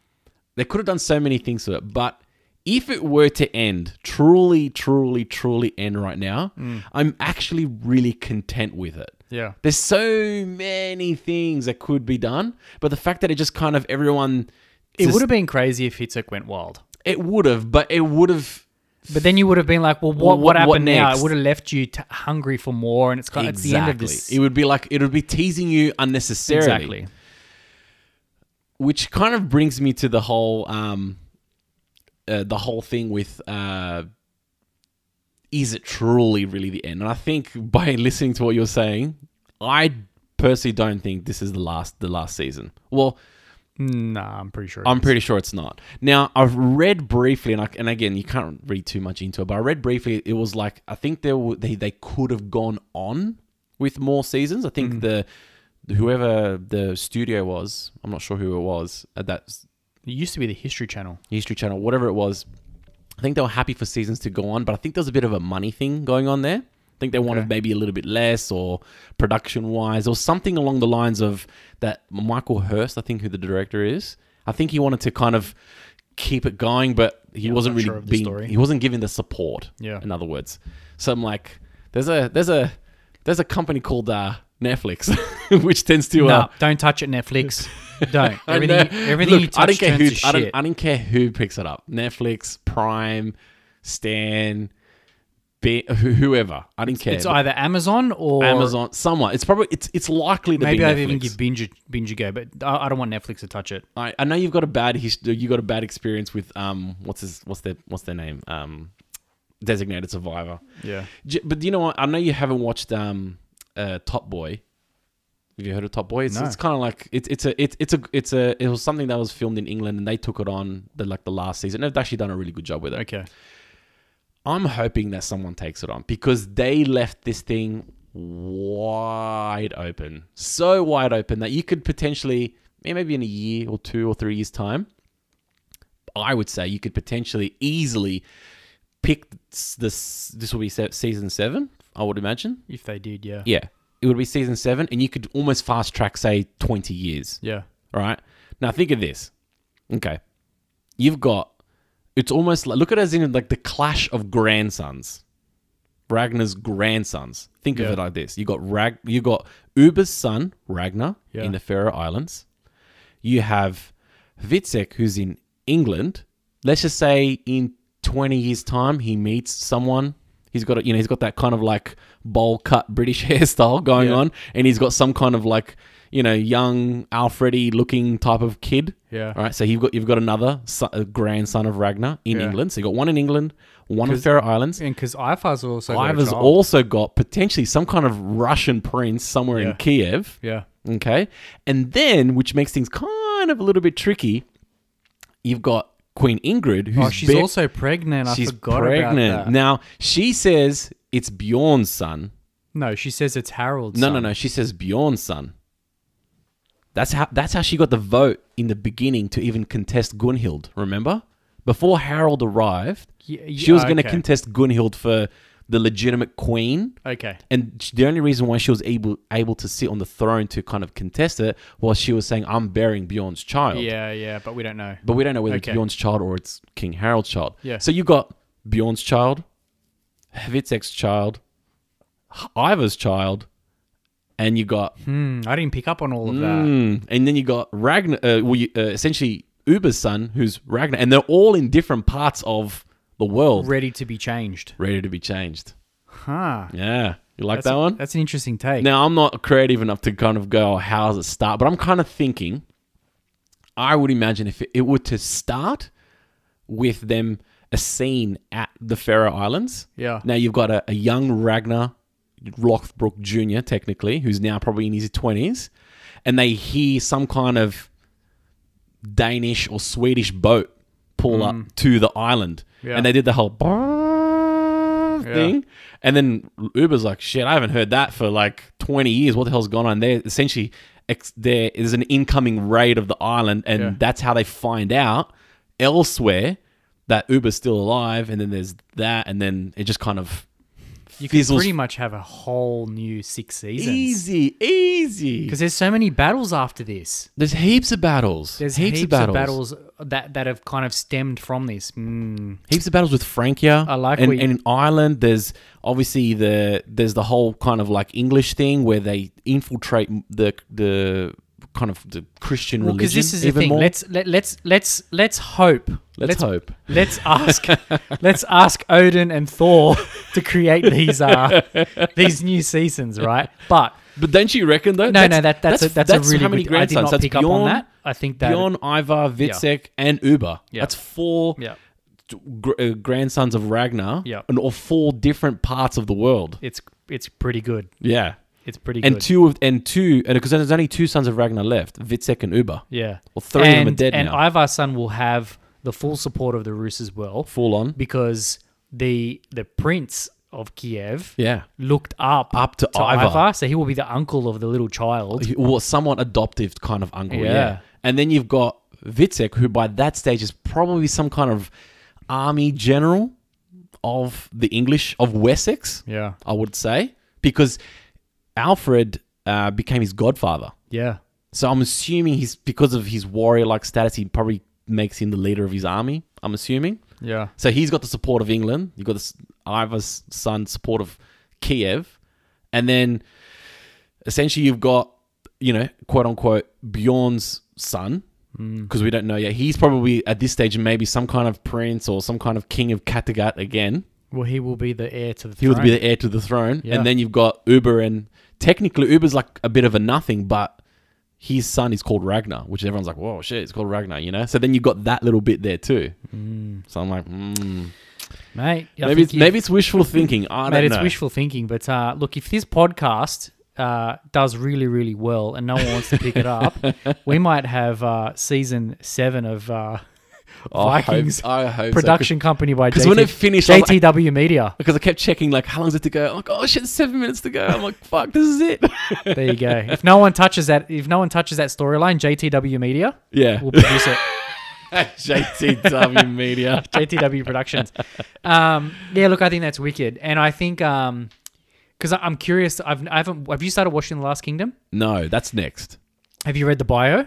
Speaker 2: They could have done so many things to it, but if it were to end, truly, truly, truly end right now,
Speaker 1: Mm.
Speaker 2: I'm actually really content with it.
Speaker 1: Yeah.
Speaker 2: There's so many things that could be done, but the fact that it just kind of everyone
Speaker 1: It
Speaker 2: just-
Speaker 1: would have been crazy if Hitzek went wild.
Speaker 2: it would have, but it would have
Speaker 1: But then you would have been like, well, what,
Speaker 2: Well,
Speaker 1: what,
Speaker 2: what- what
Speaker 1: happened now?
Speaker 2: next?
Speaker 1: It would have left you t- hungry for more, and it's kind of, it's the end of this.
Speaker 2: It would be like it would be teasing you unnecessarily.
Speaker 1: exactly.
Speaker 2: Which kind of brings me to the whole um uh, the whole thing with uh is it truly really the end? And I think by listening to what you're saying, I personally don't think this is the last the last season. Well,
Speaker 1: Nah, I'm pretty sure. it
Speaker 2: I'm
Speaker 1: is.
Speaker 2: pretty sure it's not. Now, I've read briefly, and I, and again, you can't read too much into it, but I read briefly. It was like I think there were, they they could have gone on with more seasons. I think the whoever the studio was, I'm not sure who it was at that s-
Speaker 1: It used to be the History Channel.
Speaker 2: History Channel, whatever it was. I think they were happy for seasons to go on, but I think there's a bit of a money thing going on there. I think they wanted
Speaker 1: Okay.
Speaker 2: maybe a little bit less, or production wise, or something along the lines of that. Michael Hurst, I think, who the director is, I think he wanted to kind of keep it going, but he
Speaker 1: I'm
Speaker 2: wasn't
Speaker 1: not
Speaker 2: really
Speaker 1: sure of the
Speaker 2: being,
Speaker 1: story.
Speaker 2: he wasn't giving the support.
Speaker 1: Yeah.
Speaker 2: in other words, so I'm like, there's a there's a there's a company called uh, Netflix, which tends to uh,
Speaker 1: nah, don't touch it, Netflix. don't.
Speaker 2: I know.
Speaker 1: Everything, everything
Speaker 2: Look,
Speaker 1: you touch I turns
Speaker 2: who,
Speaker 1: to shit.
Speaker 2: I don't, I don't care who picks it up. Netflix, Prime, Stan, Be- who- whoever. I don't care.
Speaker 1: it's either Amazon or
Speaker 2: Amazon, someone. It's probably it's it's likely to
Speaker 1: Maybe
Speaker 2: be
Speaker 1: I'd
Speaker 2: Netflix.
Speaker 1: even give binge a, binge a go, but I, I don't want Netflix to touch it.
Speaker 2: I, I know you've got a bad hist- you got a bad experience with um what's his what's their what's their name um designated survivor.
Speaker 1: Yeah.
Speaker 2: J- But you know what? I know you haven't watched um uh, Top Boy. Have you heard of Top Boy? It's,
Speaker 1: No.
Speaker 2: it's kind of like it's it's a it's it's a it's a it was something that was filmed in England and they took it on the like the last season. They've actually done a really good job with it.
Speaker 1: Okay.
Speaker 2: I'm hoping that someone takes it on because they left this thing wide open, so wide open that you could potentially eh, maybe in a year or two or three years time, I would say you could potentially easily pick s- this. This will be se- season seven, I would imagine.
Speaker 1: If they did, yeah.
Speaker 2: Yeah, it would be season seven, and you could almost fast track say twenty years.
Speaker 1: Yeah.
Speaker 2: All right. Now think of this. Okay. You've got it's almost like look at it as in like the clash of grandsons. Ragnar's grandsons. Think of
Speaker 1: Yeah.
Speaker 2: it like this. You got Rag you got Uber's son, Ragnar,
Speaker 1: Yeah.
Speaker 2: in the Faroe Islands. You have Vitzek, who's in England. Let's just say in 20 years' time, he meets someone. He's got, a, you know, he's got that kind of like bowl cut British hairstyle going
Speaker 1: Yeah.
Speaker 2: on, and he's got some kind of like, you know, young Alfredy looking type of kid.
Speaker 1: Yeah.
Speaker 2: All right. So you've got you've got another son, a grandson of Ragnar in
Speaker 1: Yeah.
Speaker 2: England. So you got one in England, one in Faroe Islands.
Speaker 1: And because IFA's also. got a
Speaker 2: Ivar's
Speaker 1: child.
Speaker 2: also got potentially some kind of Russian prince somewhere
Speaker 1: Yeah.
Speaker 2: in Kiev.
Speaker 1: Yeah.
Speaker 2: Okay. And then, which makes things kind of a little bit tricky, you've got Queen Ingrid, who's
Speaker 1: Oh, she's
Speaker 2: ba-
Speaker 1: also pregnant. I
Speaker 2: she's
Speaker 1: forgot
Speaker 2: pregnant.
Speaker 1: about that.
Speaker 2: Now, she says it's Bjorn's son.
Speaker 1: No, she says it's Harold's
Speaker 2: No,
Speaker 1: son.
Speaker 2: no, no. She says Bjorn's son. That's how that's how she got the vote in the beginning to even contest Gunhild, remember? Before Harold arrived,
Speaker 1: Yeah, yeah,
Speaker 2: she was going to
Speaker 1: okay.
Speaker 2: contest Gunhild for the legitimate queen.
Speaker 1: Okay.
Speaker 2: And sh- the only reason why she was able able to sit on the throne to kind of contest it was she was saying, "I'm bearing Bjorn's child."
Speaker 1: Yeah, yeah, but we don't know.
Speaker 2: But we don't know whether
Speaker 1: Okay.
Speaker 2: it's Bjorn's child or it's King Harold's child.
Speaker 1: Yeah.
Speaker 2: So you got Bjorn's child, Hvitek's child, Ivar's child, and you got
Speaker 1: Hmm, I didn't pick up on all of that.
Speaker 2: Mm. and then you got Ragnar. Uh, well, you, uh, essentially Uber's son, who's Ragnar, and they're all in different parts of the world,
Speaker 1: Ready to be changed.
Speaker 2: ready to be changed.
Speaker 1: Huh.
Speaker 2: Yeah, you like
Speaker 1: That's
Speaker 2: that
Speaker 1: a-
Speaker 2: one?
Speaker 1: That's an interesting take.
Speaker 2: Now, I'm not creative enough to kind of go, "Oh, how does it start? But I'm kind of thinking, I would imagine if it, it were to start with them a scene at the Faroe Islands.
Speaker 1: Yeah.
Speaker 2: Now, you've got a, a young Ragnar Lothbrok Jr., technically, who's now probably in his 20s, and they hear some kind of Danish or Swedish boat pull up to the island.
Speaker 1: Mm. Yeah.
Speaker 2: And they did the whole thing. And then Uber's like, shit, I haven't heard that for like 20 years. What the hell's gone on? They're essentially, ex- there is an incoming raid of the island. And
Speaker 1: Yeah.
Speaker 2: that's how they find out elsewhere that Uber's still alive. And then there's that. And then it just kind of
Speaker 1: you could
Speaker 2: fizzles-
Speaker 1: pretty much have a whole new six seasons.
Speaker 2: easy, easy.
Speaker 1: Because there's so many battles after this.
Speaker 2: There's heaps of battles.
Speaker 1: There's heaps, of, battles. that that have kind of stemmed from this. Mm.
Speaker 2: heaps of battles with Francia.
Speaker 1: I like
Speaker 2: and,
Speaker 1: what you-
Speaker 2: and in Ireland, there's obviously the there's the whole kind of like English thing where they infiltrate the the kind of the Christian
Speaker 1: Well, because
Speaker 2: religion
Speaker 1: this is the
Speaker 2: even
Speaker 1: thing.
Speaker 2: more.
Speaker 1: Let's let, let's let's let's hope.
Speaker 2: Let's hope.
Speaker 1: Let's ask. let's ask Odin and Thor to create these uh these new seasons, right? But
Speaker 2: but don't you reckon though?
Speaker 1: no, no, that that's a, that's, a really good. I did not
Speaker 2: That's
Speaker 1: pick up on
Speaker 2: Bjorn-
Speaker 1: that. I think that
Speaker 2: Bjorn, Ivar, Vitzek, and Uber.
Speaker 1: Yeah.
Speaker 2: That's four
Speaker 1: yeah,
Speaker 2: t- gr- uh, grandsons of Ragnar,
Speaker 1: Yeah.
Speaker 2: and all four different parts of the world.
Speaker 1: it's it's pretty good.
Speaker 2: Yeah,
Speaker 1: It's pretty
Speaker 2: and
Speaker 1: good.
Speaker 2: two of and two, and because there's only two sons of Ragnar left, Vitzek and Uber.
Speaker 1: yeah,
Speaker 2: Well, three of them are
Speaker 1: And-
Speaker 2: dead
Speaker 1: And
Speaker 2: now.
Speaker 1: Ivar's son will have the full support of the Rus as well,
Speaker 2: Full on.
Speaker 1: because the the prince of Kiev
Speaker 2: Yeah.
Speaker 1: looked up
Speaker 2: Up to
Speaker 1: to
Speaker 2: Ivar. Oh,
Speaker 1: Ivar. so he will be the uncle of the little child.
Speaker 2: Well, somewhat adoptive kind of uncle. Yeah.
Speaker 1: Yeah.
Speaker 2: And then you've got Vitzek, who by that stage is probably some kind of army general of the English of Wessex.
Speaker 1: Yeah,
Speaker 2: I would say, because Alfred uh, became his godfather.
Speaker 1: yeah,
Speaker 2: So I'm assuming he's because of his warrior-like status, he probably makes him the leader of his army. I'm assuming.
Speaker 1: yeah,
Speaker 2: So he's got the support of England. You've got this Ivar's son support of Kiev, and then essentially you've got you know quote unquote Bjorn's son because we don't know yet. He's probably at this stage maybe some kind of prince or some kind of king of Kattegat again.
Speaker 1: Well, he will be the heir to the.
Speaker 2: He would be the heir to the throne.
Speaker 1: Yeah.
Speaker 2: And then you've got Uber, and technically Uber's like a bit of a nothing, but his son is called Ragnar, which everyone's like, whoa, shit, it's called Ragnar, you know? So then you've got that little bit there too. So I'm like, mm.
Speaker 1: mate. I
Speaker 2: maybe,
Speaker 1: think
Speaker 2: it's,
Speaker 1: you-
Speaker 2: maybe it's wishful thinking. I
Speaker 1: mate,
Speaker 2: don't
Speaker 1: it's
Speaker 2: know.
Speaker 1: wishful thinking. But uh, look, if this podcast uh, does really, really well, and no one wants to pick it up, we might have uh, season seven of uh,
Speaker 2: I hope-
Speaker 1: Vikings
Speaker 2: I hope so, 'cause-
Speaker 1: production company by
Speaker 2: 'cause
Speaker 1: JT,
Speaker 2: when it finished, I was like-
Speaker 1: JTW Media.
Speaker 2: Because I kept checking, like, how long is it to go? I'm like, oh shit, seven minutes to go. I'm like, fuck, this is it.
Speaker 1: There you go. If no one touches that, if no one touches that storyline, JTW Media
Speaker 2: yeah.
Speaker 1: will produce it.
Speaker 2: JTW Media.
Speaker 1: JTW Productions. Um, yeah, look, I think that's wicked, and I think um, because I'm curious, I've I haven't have you started watching The Last Kingdom?
Speaker 2: No, that's next.
Speaker 1: Have you read the bio?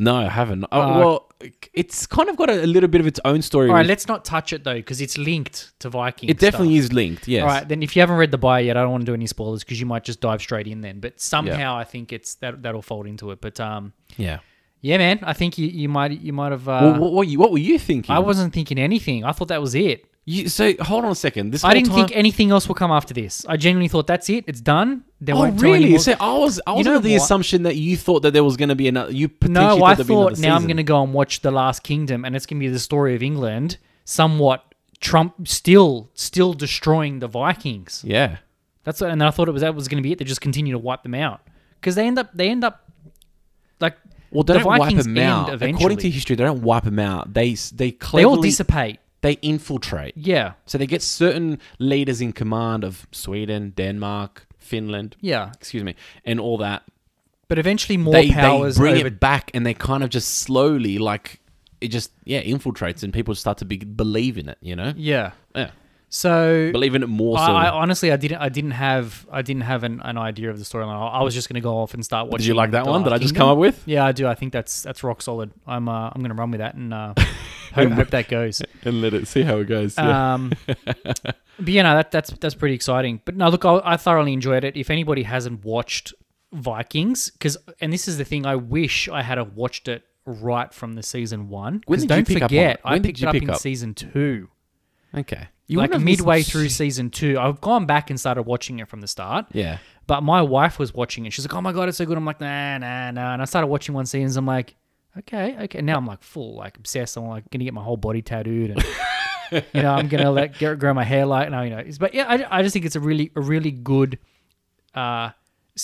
Speaker 2: No, I haven't. Oh,
Speaker 1: Uh,
Speaker 2: well, it's kind of got a, a little bit of its own story.
Speaker 1: All right,
Speaker 2: with-
Speaker 1: let's not touch it though, because it's linked to Viking.
Speaker 2: it definitely
Speaker 1: stuff.
Speaker 2: is linked, yes.
Speaker 1: All right, then if you haven't read the bio yet, I don't want to do any spoilers because you might just dive straight in then. But somehow I think it's that that'll fold into it. But um,
Speaker 2: Yeah.
Speaker 1: yeah, man, I think you, you might you might have. Uh,
Speaker 2: Well, what, were you, what were you thinking?
Speaker 1: I wasn't thinking anything. I thought that was it.
Speaker 2: You, so hold on a second. This
Speaker 1: I
Speaker 2: whole
Speaker 1: didn't
Speaker 2: time-
Speaker 1: think anything else will come after this. I genuinely thought that's it. It's done. They
Speaker 2: Oh,
Speaker 1: won't tell any
Speaker 2: really?
Speaker 1: more-
Speaker 2: So I was. I was
Speaker 1: know
Speaker 2: under the
Speaker 1: what?
Speaker 2: assumption that you thought that there was going to be another. You potentially
Speaker 1: No,
Speaker 2: thought
Speaker 1: I
Speaker 2: there'd be
Speaker 1: thought
Speaker 2: another
Speaker 1: now I'm
Speaker 2: season.
Speaker 1: going to go and watch The Last Kingdom, and it's going to be the story of England, somewhat Trump still still destroying the Vikings.
Speaker 2: Yeah.
Speaker 1: That's what, and I thought it was that was going to be it. They just continue to wipe them out because they end up they end up like
Speaker 2: Well, they
Speaker 1: the
Speaker 2: don't wipe
Speaker 1: Vikings
Speaker 2: them out.
Speaker 1: end
Speaker 2: According to
Speaker 1: eventually.
Speaker 2: history, they don't wipe them out. They s- they
Speaker 1: they
Speaker 2: cleverly,
Speaker 1: all dissipate.
Speaker 2: They infiltrate.
Speaker 1: Yeah,
Speaker 2: So they get certain leaders in command of Sweden, Denmark, Finland.
Speaker 1: yeah,
Speaker 2: Excuse me, and all that.
Speaker 1: but eventually more
Speaker 2: they,
Speaker 1: powers
Speaker 2: they bring
Speaker 1: over.
Speaker 2: it back and they kind of just slowly like it just yeah infiltrates and people start to be, believe in it you know
Speaker 1: Yeah,
Speaker 2: yeah
Speaker 1: so.
Speaker 2: believe in it more so
Speaker 1: I, I honestly, I didn't, I didn't have, I didn't have an, an idea of the storyline. I I was just going to go off and start watching.
Speaker 2: did you like that
Speaker 1: The
Speaker 2: one that
Speaker 1: Last
Speaker 2: I just
Speaker 1: Kingdom.
Speaker 2: come up with
Speaker 1: Yeah, I do. I think that's that's rock solid. I'm uh, I'm gonna run with that and uh, hope, hope that goes.
Speaker 2: and let it see how it goes
Speaker 1: Um, but you know that that's that's pretty exciting. But no, look, I, I thoroughly enjoyed it. If anybody hasn't watched Vikings, because and this is the thing, I wish I had have watched it right from the season one.
Speaker 2: When
Speaker 1: 'Cause
Speaker 2: did you
Speaker 1: don't
Speaker 2: pick up on
Speaker 1: forget,
Speaker 2: it? When
Speaker 1: I
Speaker 2: did
Speaker 1: picked
Speaker 2: you
Speaker 1: it up
Speaker 2: pick
Speaker 1: in
Speaker 2: up?
Speaker 1: season two,
Speaker 2: okay you
Speaker 1: Uh, like
Speaker 2: wouldn't have
Speaker 1: midway
Speaker 2: missed-
Speaker 1: through season two. I've gone back and started watching it from the start.
Speaker 2: yeah
Speaker 1: But my wife was watching it. She's like, "Oh my god, it's so good." I'm like, "Nah, nah, nah." And I started watching one scene. and I'm like, "Okay, okay." Now I'm like full, like obsessed. I'm like gonna get my whole body tattooed, and you know, I'm gonna let grow grow my hair like no, you know. it's- But yeah, I, I just think it's a really a really good uh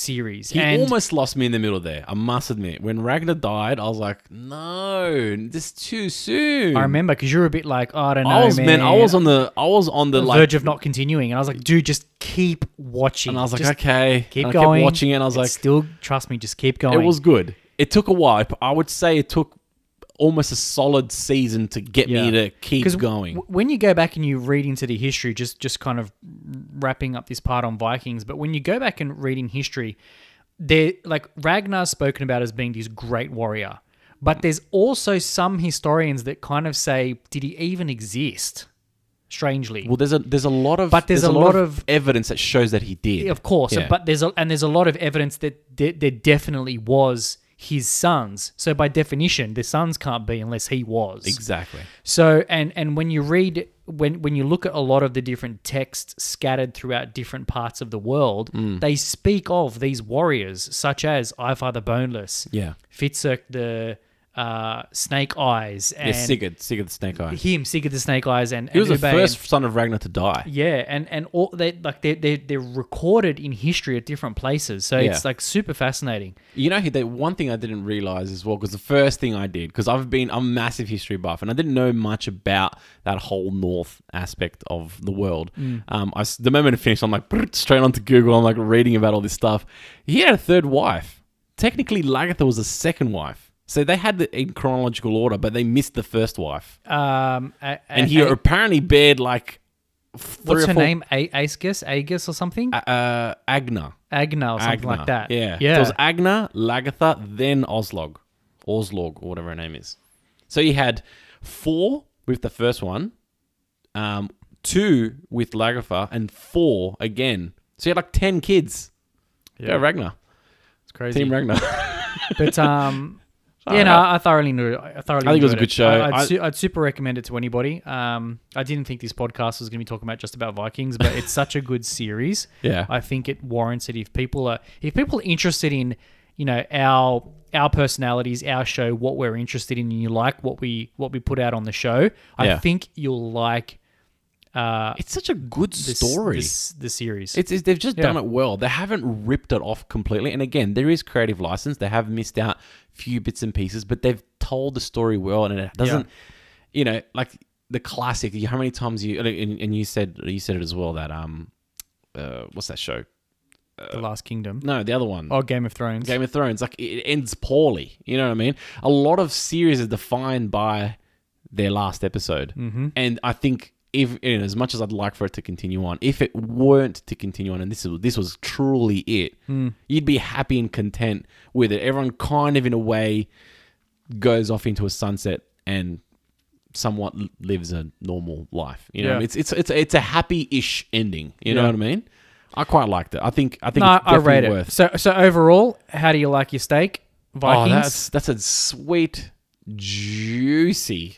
Speaker 1: series.
Speaker 2: he
Speaker 1: and
Speaker 2: almost lost me in the middle there i must admit when ragnar died i was like no this is too soon
Speaker 1: I remember because you were a bit like, oh, "I don't know,
Speaker 2: I was
Speaker 1: man."
Speaker 2: man. I was on the I was on the
Speaker 1: the
Speaker 2: like,
Speaker 1: verge of not continuing, and I was like, "Dude, just keep watching."
Speaker 2: and I was like,
Speaker 1: Just
Speaker 2: okay.
Speaker 1: keep
Speaker 2: and I kept
Speaker 1: going.
Speaker 2: watching it. and I was
Speaker 1: It's
Speaker 2: like,
Speaker 1: "Still, trust me, just keep going."
Speaker 2: It was good. It took a while. I would say it took almost a solid season to get me
Speaker 1: Yeah.
Speaker 2: to keep
Speaker 1: Because
Speaker 2: going.
Speaker 1: when you go back and you read into the history, just just kind of wrapping up this part on Vikings, but when you go back and read in history, there like Ragnar's spoken about as being this great warrior, but there's also some historians that kind of say, did he even exist? Strangely,
Speaker 2: well, there's a there's a lot of
Speaker 1: But there's a lot of-
Speaker 2: evidence that shows that he did.
Speaker 1: of course,
Speaker 2: Yeah.
Speaker 1: but there's a, and there's a lot of evidence that there, there definitely was his sons. So by definition, the sons can't be unless he was.
Speaker 2: Exactly.
Speaker 1: So and and when you read when when you look at a lot of the different texts scattered throughout different parts of the world,
Speaker 2: Mm.
Speaker 1: they speak of these warriors such as Ivar the Boneless,
Speaker 2: Yeah.
Speaker 1: Fitzurk the uh, Snake Eyes,
Speaker 2: Yeah,
Speaker 1: and
Speaker 2: Sigurd, Sigurd the Snake Eye.
Speaker 1: him Sigurd the Snake Eyes, and
Speaker 2: He was the
Speaker 1: and Ube and-
Speaker 2: first son of Ragnar to die.
Speaker 1: yeah, and and all they like they they they're recorded in history at different places, so it's
Speaker 2: Yeah.
Speaker 1: like super fascinating.
Speaker 2: You know, that one thing I didn't realize as well, because the first thing I did, because I've been I'm a massive history buff, and I didn't know much about that whole North aspect of the world.
Speaker 1: Mm.
Speaker 2: Um, I s the moment it finished, I'm like brrrt, straight onto Google. I'm like reading about all this stuff. He had a third wife. Technically, Lagatha was a second wife. So they had the in chronological order, but they missed the first wife,
Speaker 1: Um, a- a-
Speaker 2: and he
Speaker 1: a-
Speaker 2: apparently bared like f- three
Speaker 1: what's
Speaker 2: or
Speaker 1: her
Speaker 2: four-
Speaker 1: name? A- Aegiscus, Aegis, or something?
Speaker 2: Uh, Agna.
Speaker 1: Agna or something
Speaker 2: Agna.
Speaker 1: like that.
Speaker 2: Yeah.
Speaker 1: yeah.
Speaker 2: So it was Agna, Lagatha, then Oslog. Oslog, or whatever her name is. So he had four with the first one, um, two with Lagatha, and four again. So he had like 10 kids. Yeah, Ragnar.
Speaker 1: it's crazy.
Speaker 2: Team Ragnar.
Speaker 1: But um, yeah, no, I thoroughly knew. I thoroughly.
Speaker 2: I think it was a
Speaker 1: enjoyed
Speaker 2: good show.
Speaker 1: I- I'd,
Speaker 2: I-
Speaker 1: su- I'd super recommend it to anybody. Um, I didn't think this podcast was going to be talking about just about Vikings, but it's such a good series.
Speaker 2: Yeah.
Speaker 1: I think it warrants it if people are if people are interested in you know our our personalities, our show, what we're interested in, and you like what we what we put out on the show. I
Speaker 2: Yeah.
Speaker 1: think you'll like uh,
Speaker 2: it's such a good
Speaker 1: this,
Speaker 2: story.
Speaker 1: this- the series.
Speaker 2: It's, it's they've just done
Speaker 1: Yeah.
Speaker 2: it well. They haven't ripped it off completely. And again, there is creative license. They have missed out few bits and pieces, but they've told the story well, and it doesn't. You know, like the classic. you- How many times you and, and you said you said it as well that um, uh, what's that show?
Speaker 1: the Last Kingdom.
Speaker 2: No, the other one.
Speaker 1: Oh, Game of Thrones.
Speaker 2: Game of Thrones. Like it ends poorly. You know what I mean? A lot of series are defined by their last episode, mm-hmm. and I think if you know, as much as I'd like for it to continue on, if it weren't to continue on, and this is this was truly it,
Speaker 1: Hmm.
Speaker 2: you'd be happy and content with it. Everyone kind of in a way goes off into a sunset and somewhat l- lives a normal life. You know,
Speaker 1: Yeah.
Speaker 2: what I mean? it's it's it's it's a happy-ish ending. You know
Speaker 1: Yeah.
Speaker 2: what I mean? I quite liked it. I think I think
Speaker 1: no,
Speaker 2: it's
Speaker 1: I
Speaker 2: definitely
Speaker 1: rate it.
Speaker 2: worth.
Speaker 1: So, so overall, how do you like your steak, Vikings?
Speaker 2: Oh, that's that's a sweet, juicy,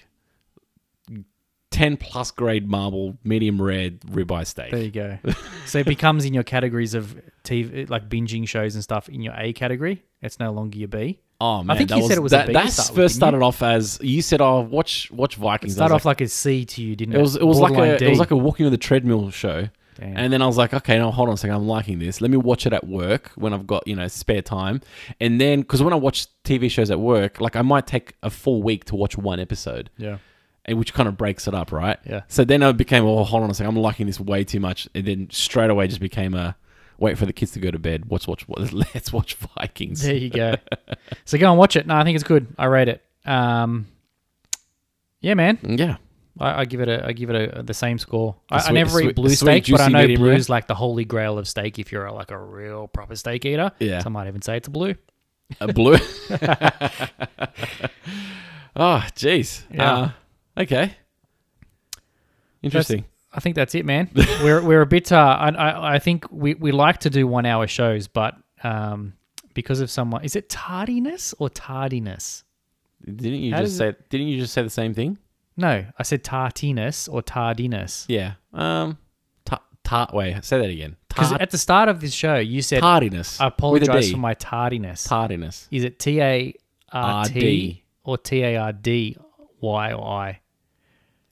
Speaker 2: ten plus grade marble, medium rare ribeye steak.
Speaker 1: There you go. so it becomes in your categories of TV, like binging shows and stuff. In your A category, it's no longer your B.
Speaker 2: oh man,
Speaker 1: think
Speaker 2: that
Speaker 1: you said it was a
Speaker 2: that,
Speaker 1: B to
Speaker 2: that
Speaker 1: start with,
Speaker 2: first
Speaker 1: didn't
Speaker 2: started off as you said. Oh, watch watch Vikings. I
Speaker 1: Start
Speaker 2: was
Speaker 1: off like a C to you, didn't it?
Speaker 2: It was it was like
Speaker 1: Borderline
Speaker 2: a it was
Speaker 1: D.
Speaker 2: like a walking on the treadmill show.
Speaker 1: Damn.
Speaker 2: And then I was like, okay, now hold on a second. I'm liking this. Let me watch it at work when I've got you know spare time. And then because when I watch TV shows at work, like I might take a full week to watch one episode.
Speaker 1: yeah.
Speaker 2: and eh, which kind of breaks it up, right?
Speaker 1: Yeah.
Speaker 2: So then I became, oh, hold on a second, I'm liking this way too much, and then straight away just became a wait for the kids to go to bed. Watch, watch, watch let's watch Vikings.
Speaker 1: There you go. so go and watch it. No, I think it's good. I rate it. Um, yeah, man.
Speaker 2: Yeah.
Speaker 1: I, I give it a I give it a, the same score. I, I
Speaker 2: sweet-
Speaker 1: never eat
Speaker 2: sweet-
Speaker 1: blue
Speaker 2: sweet,
Speaker 1: steak, but I
Speaker 2: juicy
Speaker 1: know
Speaker 2: medium rare?
Speaker 1: blue's like the holy grail of steak. If you're a, like a real proper steak eater,
Speaker 2: Yeah.
Speaker 1: So I might even say it's a blue.
Speaker 2: A blue. oh, jeez.
Speaker 1: Yeah.
Speaker 2: Uh, okay. Interesting.
Speaker 1: I think that's it, man. we're we're a bit. Uh, I, I I think we we like to do one hour shows, but um, because of someone, is it tardiness or tardiness?
Speaker 2: Didn't you
Speaker 1: How does
Speaker 2: just say? Didn't you just say the same thing?
Speaker 1: No, I said tardiness or tardiness.
Speaker 2: Yeah. Um. Tart. Tar- wait. Say that again.
Speaker 1: Because
Speaker 2: Tart.
Speaker 1: at the start of this show, you said
Speaker 2: Tardiness.
Speaker 1: I apologize
Speaker 2: With a D.
Speaker 1: for my tardiness.
Speaker 2: tardiness.
Speaker 1: is it T A R T
Speaker 2: RD.
Speaker 1: or T A R D Y or I?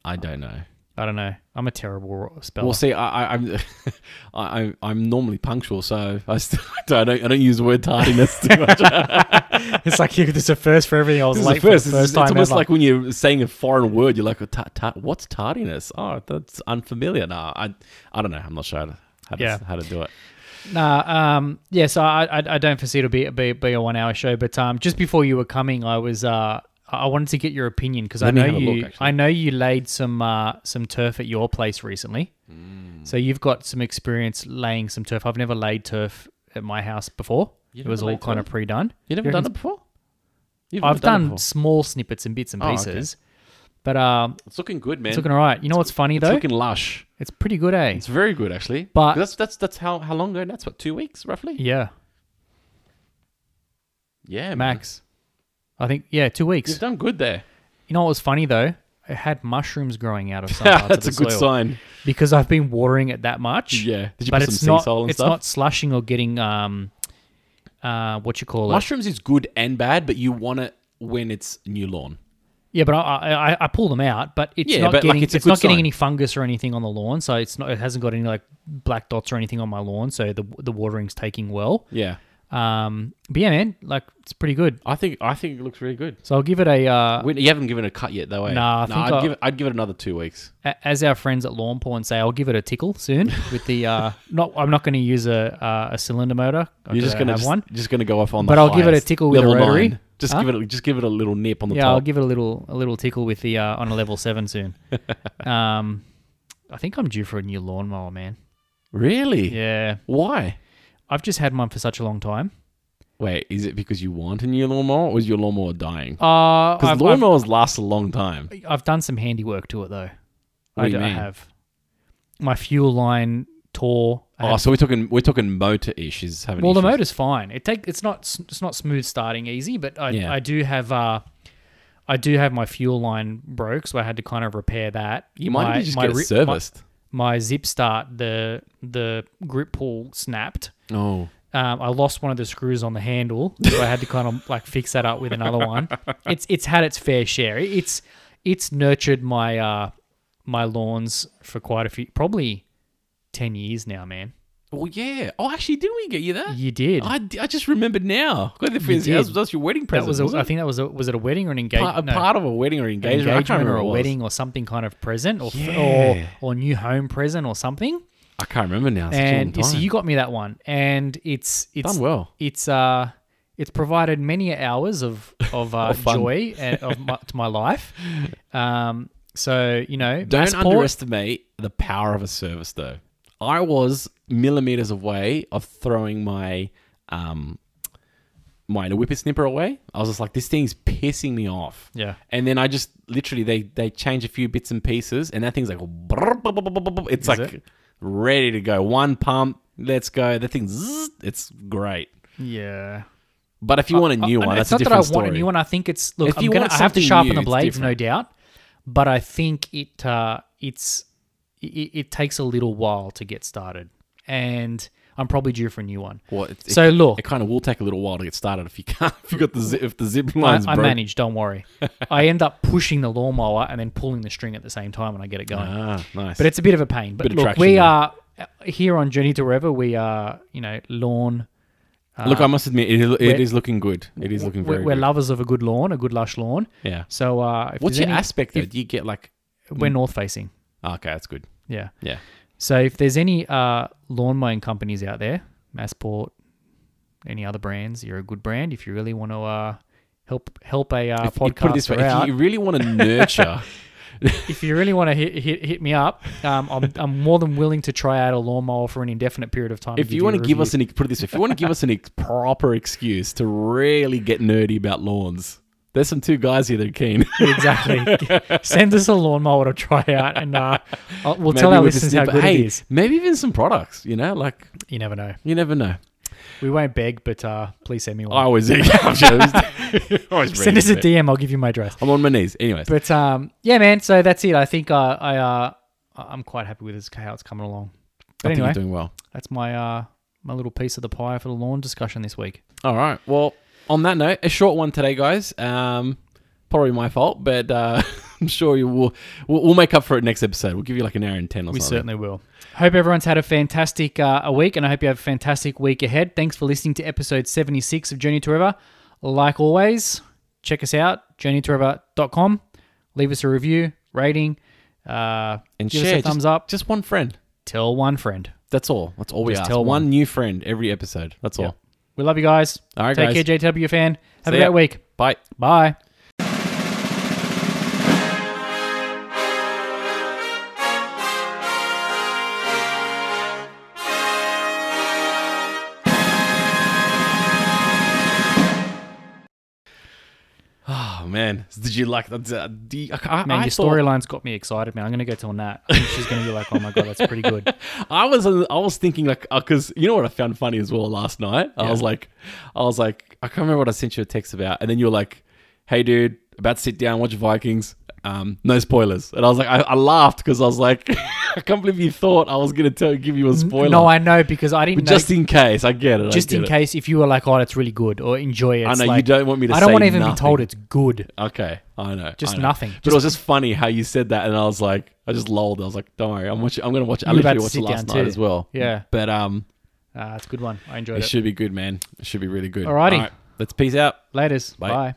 Speaker 2: I don't know.
Speaker 1: I don't know. I'm a terrible speller.
Speaker 2: Well, see, I, I, I'm, I, I'm- I'm normally punctual, so I, still, I don't, I don't use the word tardiness too much.
Speaker 1: it's like you there's a first for everything. I was
Speaker 2: This is
Speaker 1: late
Speaker 2: the
Speaker 1: for
Speaker 2: first. It's,
Speaker 1: the first
Speaker 2: it's
Speaker 1: time
Speaker 2: almost
Speaker 1: ever.
Speaker 2: like when you're saying a foreign word, you're like, "Oh, ta- ta- "What's tardiness? Oh, that's unfamiliar." Nah, I, I don't know. I'm not sure how to, how to,
Speaker 1: Yeah.
Speaker 2: how to do it.
Speaker 1: Nah, um, yeah, so I, I, I don't foresee it'll be, be, be a one hour show, but um, just before you were coming, I was uh, I wanted to get your opinion because I
Speaker 2: Let me
Speaker 1: know
Speaker 2: have a
Speaker 1: you
Speaker 2: look, actually.
Speaker 1: I know you laid some uh, some turf at your place recently,
Speaker 2: Mm.
Speaker 1: so you've got some experience laying some turf. I've never laid turf at my house before. It
Speaker 2: never
Speaker 1: was all
Speaker 2: laid
Speaker 1: kind of
Speaker 2: turf?
Speaker 1: pre done.
Speaker 2: You never done it before? You've
Speaker 1: I've
Speaker 2: never
Speaker 1: done,
Speaker 2: it before.
Speaker 1: small snippets and bits and
Speaker 2: Oh, okay.
Speaker 1: pieces, but um,
Speaker 2: It's looking good, man.
Speaker 1: it's looking all right. You know what's funny
Speaker 2: It's
Speaker 1: though?
Speaker 2: looking lush.
Speaker 1: it's pretty good, eh?
Speaker 2: It's very good, actually.
Speaker 1: But-
Speaker 2: Mm-hmm. that's that's that's how how long ago? That's what two weeks roughly.
Speaker 1: yeah.
Speaker 2: Yeah, man.
Speaker 1: max. I think yeah, two
Speaker 2: You've
Speaker 1: weeks.
Speaker 2: done good there.
Speaker 1: You know what was funny though? It had mushrooms growing out of some parts
Speaker 2: That's a
Speaker 1: of the
Speaker 2: good
Speaker 1: soil
Speaker 2: sign.
Speaker 1: because I've been watering it that much.
Speaker 2: Yeah. Did you
Speaker 1: but
Speaker 2: put
Speaker 1: it's
Speaker 2: some sea
Speaker 1: not.
Speaker 2: salt and
Speaker 1: it's
Speaker 2: stuff?
Speaker 1: not slushing or getting um, uh, what you call it.
Speaker 2: Mushrooms is good and bad, but you want it when it's new lawn.
Speaker 1: Yeah, but I, I I- I pull them out, but it's
Speaker 2: Yeah,
Speaker 1: not
Speaker 2: but, like,
Speaker 1: getting
Speaker 2: it's
Speaker 1: it's,
Speaker 2: a good
Speaker 1: not getting
Speaker 2: sign.
Speaker 1: any fungus or anything on the lawn, so it's not it hasn't got any like black dots or anything on my lawn, so the the watering's taking well.
Speaker 2: Yeah.
Speaker 1: Um, but yeah, man, like it's pretty good.
Speaker 2: I think I think it looks really good.
Speaker 1: So I'll give it a uh,
Speaker 2: We, you haven't given it a cut yet, though. Eh?
Speaker 1: Nah, I
Speaker 2: Nah,
Speaker 1: think
Speaker 2: I'd
Speaker 1: I-
Speaker 2: give it, I'd give it another two weeks.
Speaker 1: a- as our friends at Lawn Porn say, I'll give it a tickle soon with the uh, not I'm not going to use a uh, a cylinder motor. I'm
Speaker 2: You're just gonna
Speaker 1: have
Speaker 2: just,
Speaker 1: one.
Speaker 2: just gonna go off on.
Speaker 1: But
Speaker 2: the
Speaker 1: I'll give it a
Speaker 2: highest.
Speaker 1: tickle with a
Speaker 2: Level
Speaker 1: rotary.
Speaker 2: nine. Just
Speaker 1: Huh?
Speaker 2: give it a- just give it a little nip on the
Speaker 1: Yeah,
Speaker 2: top.
Speaker 1: I'll give it a little a little tickle with the uh, on a level seven soon. um, I think I'm due for a new lawnmower, man.
Speaker 2: really?
Speaker 1: Yeah,
Speaker 2: Why?
Speaker 1: I've just had mine for such a long time.
Speaker 2: Wait, is it because you want a new lawnmower, or is your lawnmower dying?
Speaker 1: Uh,
Speaker 2: Because
Speaker 1: I've,
Speaker 2: lawnmowers last a long time.
Speaker 1: I've, I've done some handiwork to it though.
Speaker 2: What
Speaker 1: I,
Speaker 2: do you
Speaker 1: I
Speaker 2: mean?
Speaker 1: have. My fuel line tore. I
Speaker 2: Oh,
Speaker 1: had-
Speaker 2: so we're talking we're talking motor issues having.
Speaker 1: well, the
Speaker 2: issues.
Speaker 1: motor's fine. It take it's not s- it's not smooth starting easy, but I,
Speaker 2: Yeah.
Speaker 1: I do have uh, I do have my fuel line broke, so I had to kind of repair that.
Speaker 2: You might
Speaker 1: my,
Speaker 2: need to just
Speaker 1: my
Speaker 2: get it
Speaker 1: ri-
Speaker 2: serviced.
Speaker 1: My, my zip start the the grip pull snapped.
Speaker 2: oh,
Speaker 1: Um, I lost one of the screws on the handle, so I had to kind of like fix that up with another one. It's it's had its fair share. It- It's it's nurtured my uh my lawns for quite a few, probably ten years now, man.
Speaker 2: well, yeah. Oh, actually, didn't we get you that?
Speaker 1: You did.
Speaker 2: I, d- I just remembered now. God, the friends,
Speaker 1: did.
Speaker 2: that was, that was your wedding present.
Speaker 1: that was, a,
Speaker 2: wasn't
Speaker 1: I think that was a, was it a wedding or an
Speaker 2: it?
Speaker 1: engagement?
Speaker 2: part, a part of a wedding or engagement. I can't
Speaker 1: engagement or
Speaker 2: remember
Speaker 1: a
Speaker 2: what it was.
Speaker 1: wedding or something kind of present or f-
Speaker 2: Yeah.
Speaker 1: or or new home present or something.
Speaker 2: I can't remember now. It's such a
Speaker 1: and
Speaker 2: long
Speaker 1: you see,
Speaker 2: time.
Speaker 1: you got me that one, and it's it's
Speaker 2: done well.
Speaker 1: it's uh it's provided many hours of of, uh,
Speaker 2: Of fun.
Speaker 1: joy and of my, to my life. Um, so you know,
Speaker 2: Don't
Speaker 1: Massport-
Speaker 2: underestimate the power of a service, though. I was millimeters away of throwing my um my whippersnipper away. I was just like, this thing's pissing me off.
Speaker 1: Yeah.
Speaker 2: And then I just literally they they change a few bits and pieces, and that thing's like brr, brr, brr, brr, brr, brr. it's like
Speaker 1: it?
Speaker 2: ready to go. One pump, let's go. That thing's zzz, it's great.
Speaker 1: Yeah,
Speaker 2: But if you want a new
Speaker 1: I- I-
Speaker 2: one, that's
Speaker 1: Uh, it's
Speaker 2: a
Speaker 1: not that I
Speaker 2: different
Speaker 1: want
Speaker 2: story.
Speaker 1: a new one. I think it's look.
Speaker 2: If
Speaker 1: I'm
Speaker 2: you
Speaker 1: gonna,
Speaker 2: want
Speaker 1: I have to
Speaker 2: something
Speaker 1: sharpen
Speaker 2: new,
Speaker 1: the
Speaker 2: it's
Speaker 1: blades, no
Speaker 2: different.
Speaker 1: doubt. But I think it uh, it's it, it takes a little while to get started, and I'm probably due for a new one.
Speaker 2: Well, it-
Speaker 1: So look,
Speaker 2: It kind of will take a little while to get started if you can't. If you got the zip, if the zip
Speaker 1: I,
Speaker 2: line's
Speaker 1: I
Speaker 2: broken.
Speaker 1: manage. Don't worry. I end up pushing the lawnmower and then pulling the string at the same time, and I get it going.
Speaker 2: Ah, nice.
Speaker 1: But it's a bit of a pain. But
Speaker 2: Bit of
Speaker 1: look,
Speaker 2: traction
Speaker 1: we
Speaker 2: there.
Speaker 1: are uh, here on Journey to Wherever. We are, you know, lawn.
Speaker 2: Look, I must admit, it, is- it
Speaker 1: Uh, we're-
Speaker 2: is looking good. It is looking
Speaker 1: We're,
Speaker 2: very
Speaker 1: we're
Speaker 2: good.
Speaker 1: lovers of a good lawn, a good lush lawn.
Speaker 2: yeah.
Speaker 1: So, uh, if
Speaker 2: What's
Speaker 1: there's
Speaker 2: your
Speaker 1: any-
Speaker 2: aspect though? Do you get like?
Speaker 1: We're north facing.
Speaker 2: Oh, okay, that's good.
Speaker 1: Yeah.
Speaker 2: Yeah.
Speaker 1: So if there's any uh, lawn mowing companies out there, Massport, any other brands, you're a good brand. If you really want to uh, help help a uh,
Speaker 2: You
Speaker 1: podcaster
Speaker 2: put it this way:
Speaker 1: out,
Speaker 2: if you really want to nurture,
Speaker 1: if you really want to hit, hit, hit me up, um, I'm, I'm more than willing to try out a lawnmower for an indefinite period of time.
Speaker 2: if you want to give us an put it this way, if you want to give us an ex- proper excuse to really get nerdy about lawns, there's some two guys here that are keen.
Speaker 1: exactly, send us a lawnmower to try out, and uh, I'll, we'll
Speaker 2: Maybe
Speaker 1: tell our
Speaker 2: with a
Speaker 1: listeners how
Speaker 2: snip-
Speaker 1: good
Speaker 2: hey,
Speaker 1: it is.
Speaker 2: Maybe even some products. You know, like
Speaker 1: You never know.
Speaker 2: you never know.
Speaker 1: We won't beg, but uh, please send me
Speaker 2: I
Speaker 1: one.
Speaker 2: always, I'm sure it's- always
Speaker 1: send
Speaker 2: ready
Speaker 1: us a
Speaker 2: to-
Speaker 1: DM. I'll give you my address.
Speaker 2: I'm on my knees. Anyways,
Speaker 1: But um, yeah, man. So that's it. I think I, I uh, I- I'm quite happy with this, how it's coming along. But
Speaker 2: I think
Speaker 1: anyway,
Speaker 2: you're doing well.
Speaker 1: that's my uh, my little piece of the pie for the lawn discussion this week.
Speaker 2: All right. Well, on that note, a short one today, guys. Um, probably my fault, but uh, I'm sure you will. We'll, we'll make up for it next episode. We'll give you like an hour and ten or
Speaker 1: We
Speaker 2: something.
Speaker 1: certainly will. Hope everyone's had a fantastic uh, a week, and I hope you have a fantastic week ahead. Thanks for listening to episode 76 of Journey to River. Like always, check us out, journeytoriver.com. Leave us a review, rating, uh,
Speaker 2: and
Speaker 1: give
Speaker 2: share
Speaker 1: us a thumbs
Speaker 2: just,
Speaker 1: up.
Speaker 2: Just one friend.
Speaker 1: Tell one friend.
Speaker 2: That's all. That's all we
Speaker 1: Just
Speaker 2: ask.
Speaker 1: tell
Speaker 2: Tell
Speaker 1: one.
Speaker 2: one new friend every episode. That's all.
Speaker 1: We love you guys.
Speaker 2: All right,
Speaker 1: Take
Speaker 2: guys.
Speaker 1: care, JW fan. Have
Speaker 2: See
Speaker 1: a great
Speaker 2: ya.
Speaker 1: week.
Speaker 2: Bye.
Speaker 1: Bye.
Speaker 2: Oh man, did you like that? Uh, the- I, I-
Speaker 1: Man,
Speaker 2: I
Speaker 1: your
Speaker 2: thought-
Speaker 1: storyline's got me excited, man. I'm going to go tell Nat. I think she's going to be like, oh my God, that's pretty good.
Speaker 2: I uh, was I was thinking like because you know what I found funny as well last night. I was like, I was like, I can't remember what I sent you a text about, and then you were like, "Hey, dude, about to sit down, watch Vikings. Um, no spoilers." And I was like, I, I laughed because I was like, I can't believe you thought I was gonna tell give you a spoiler.
Speaker 1: No, I know because I didn't
Speaker 2: but
Speaker 1: know.
Speaker 2: just in case, I get it. I
Speaker 1: just
Speaker 2: get
Speaker 1: in
Speaker 2: it.
Speaker 1: case if you were like, oh, that's really good or enjoy it.
Speaker 2: I
Speaker 1: it's
Speaker 2: know you
Speaker 1: like-
Speaker 2: don't want me to.
Speaker 1: I don't
Speaker 2: say
Speaker 1: want to even be
Speaker 2: nothing.
Speaker 1: told it's good.
Speaker 2: Okay, I know.
Speaker 1: Just
Speaker 2: I know.
Speaker 1: nothing.
Speaker 2: But it was just funny how you said that, and I was like, I just lolled. I was like, don't worry, I'm watching. I'm gonna watch. I
Speaker 1: You were about
Speaker 2: literally
Speaker 1: to
Speaker 2: watched it
Speaker 1: sit
Speaker 2: last
Speaker 1: down
Speaker 2: night
Speaker 1: too.
Speaker 2: as well.
Speaker 1: Yeah.
Speaker 2: but um,
Speaker 1: Ah, it's a good one. I enjoyed
Speaker 2: it
Speaker 1: it.
Speaker 2: should be good, man. It should be really good.
Speaker 1: Alrighty.
Speaker 2: All right, let's peace out.
Speaker 1: Laters.
Speaker 2: Bye.
Speaker 1: Bye.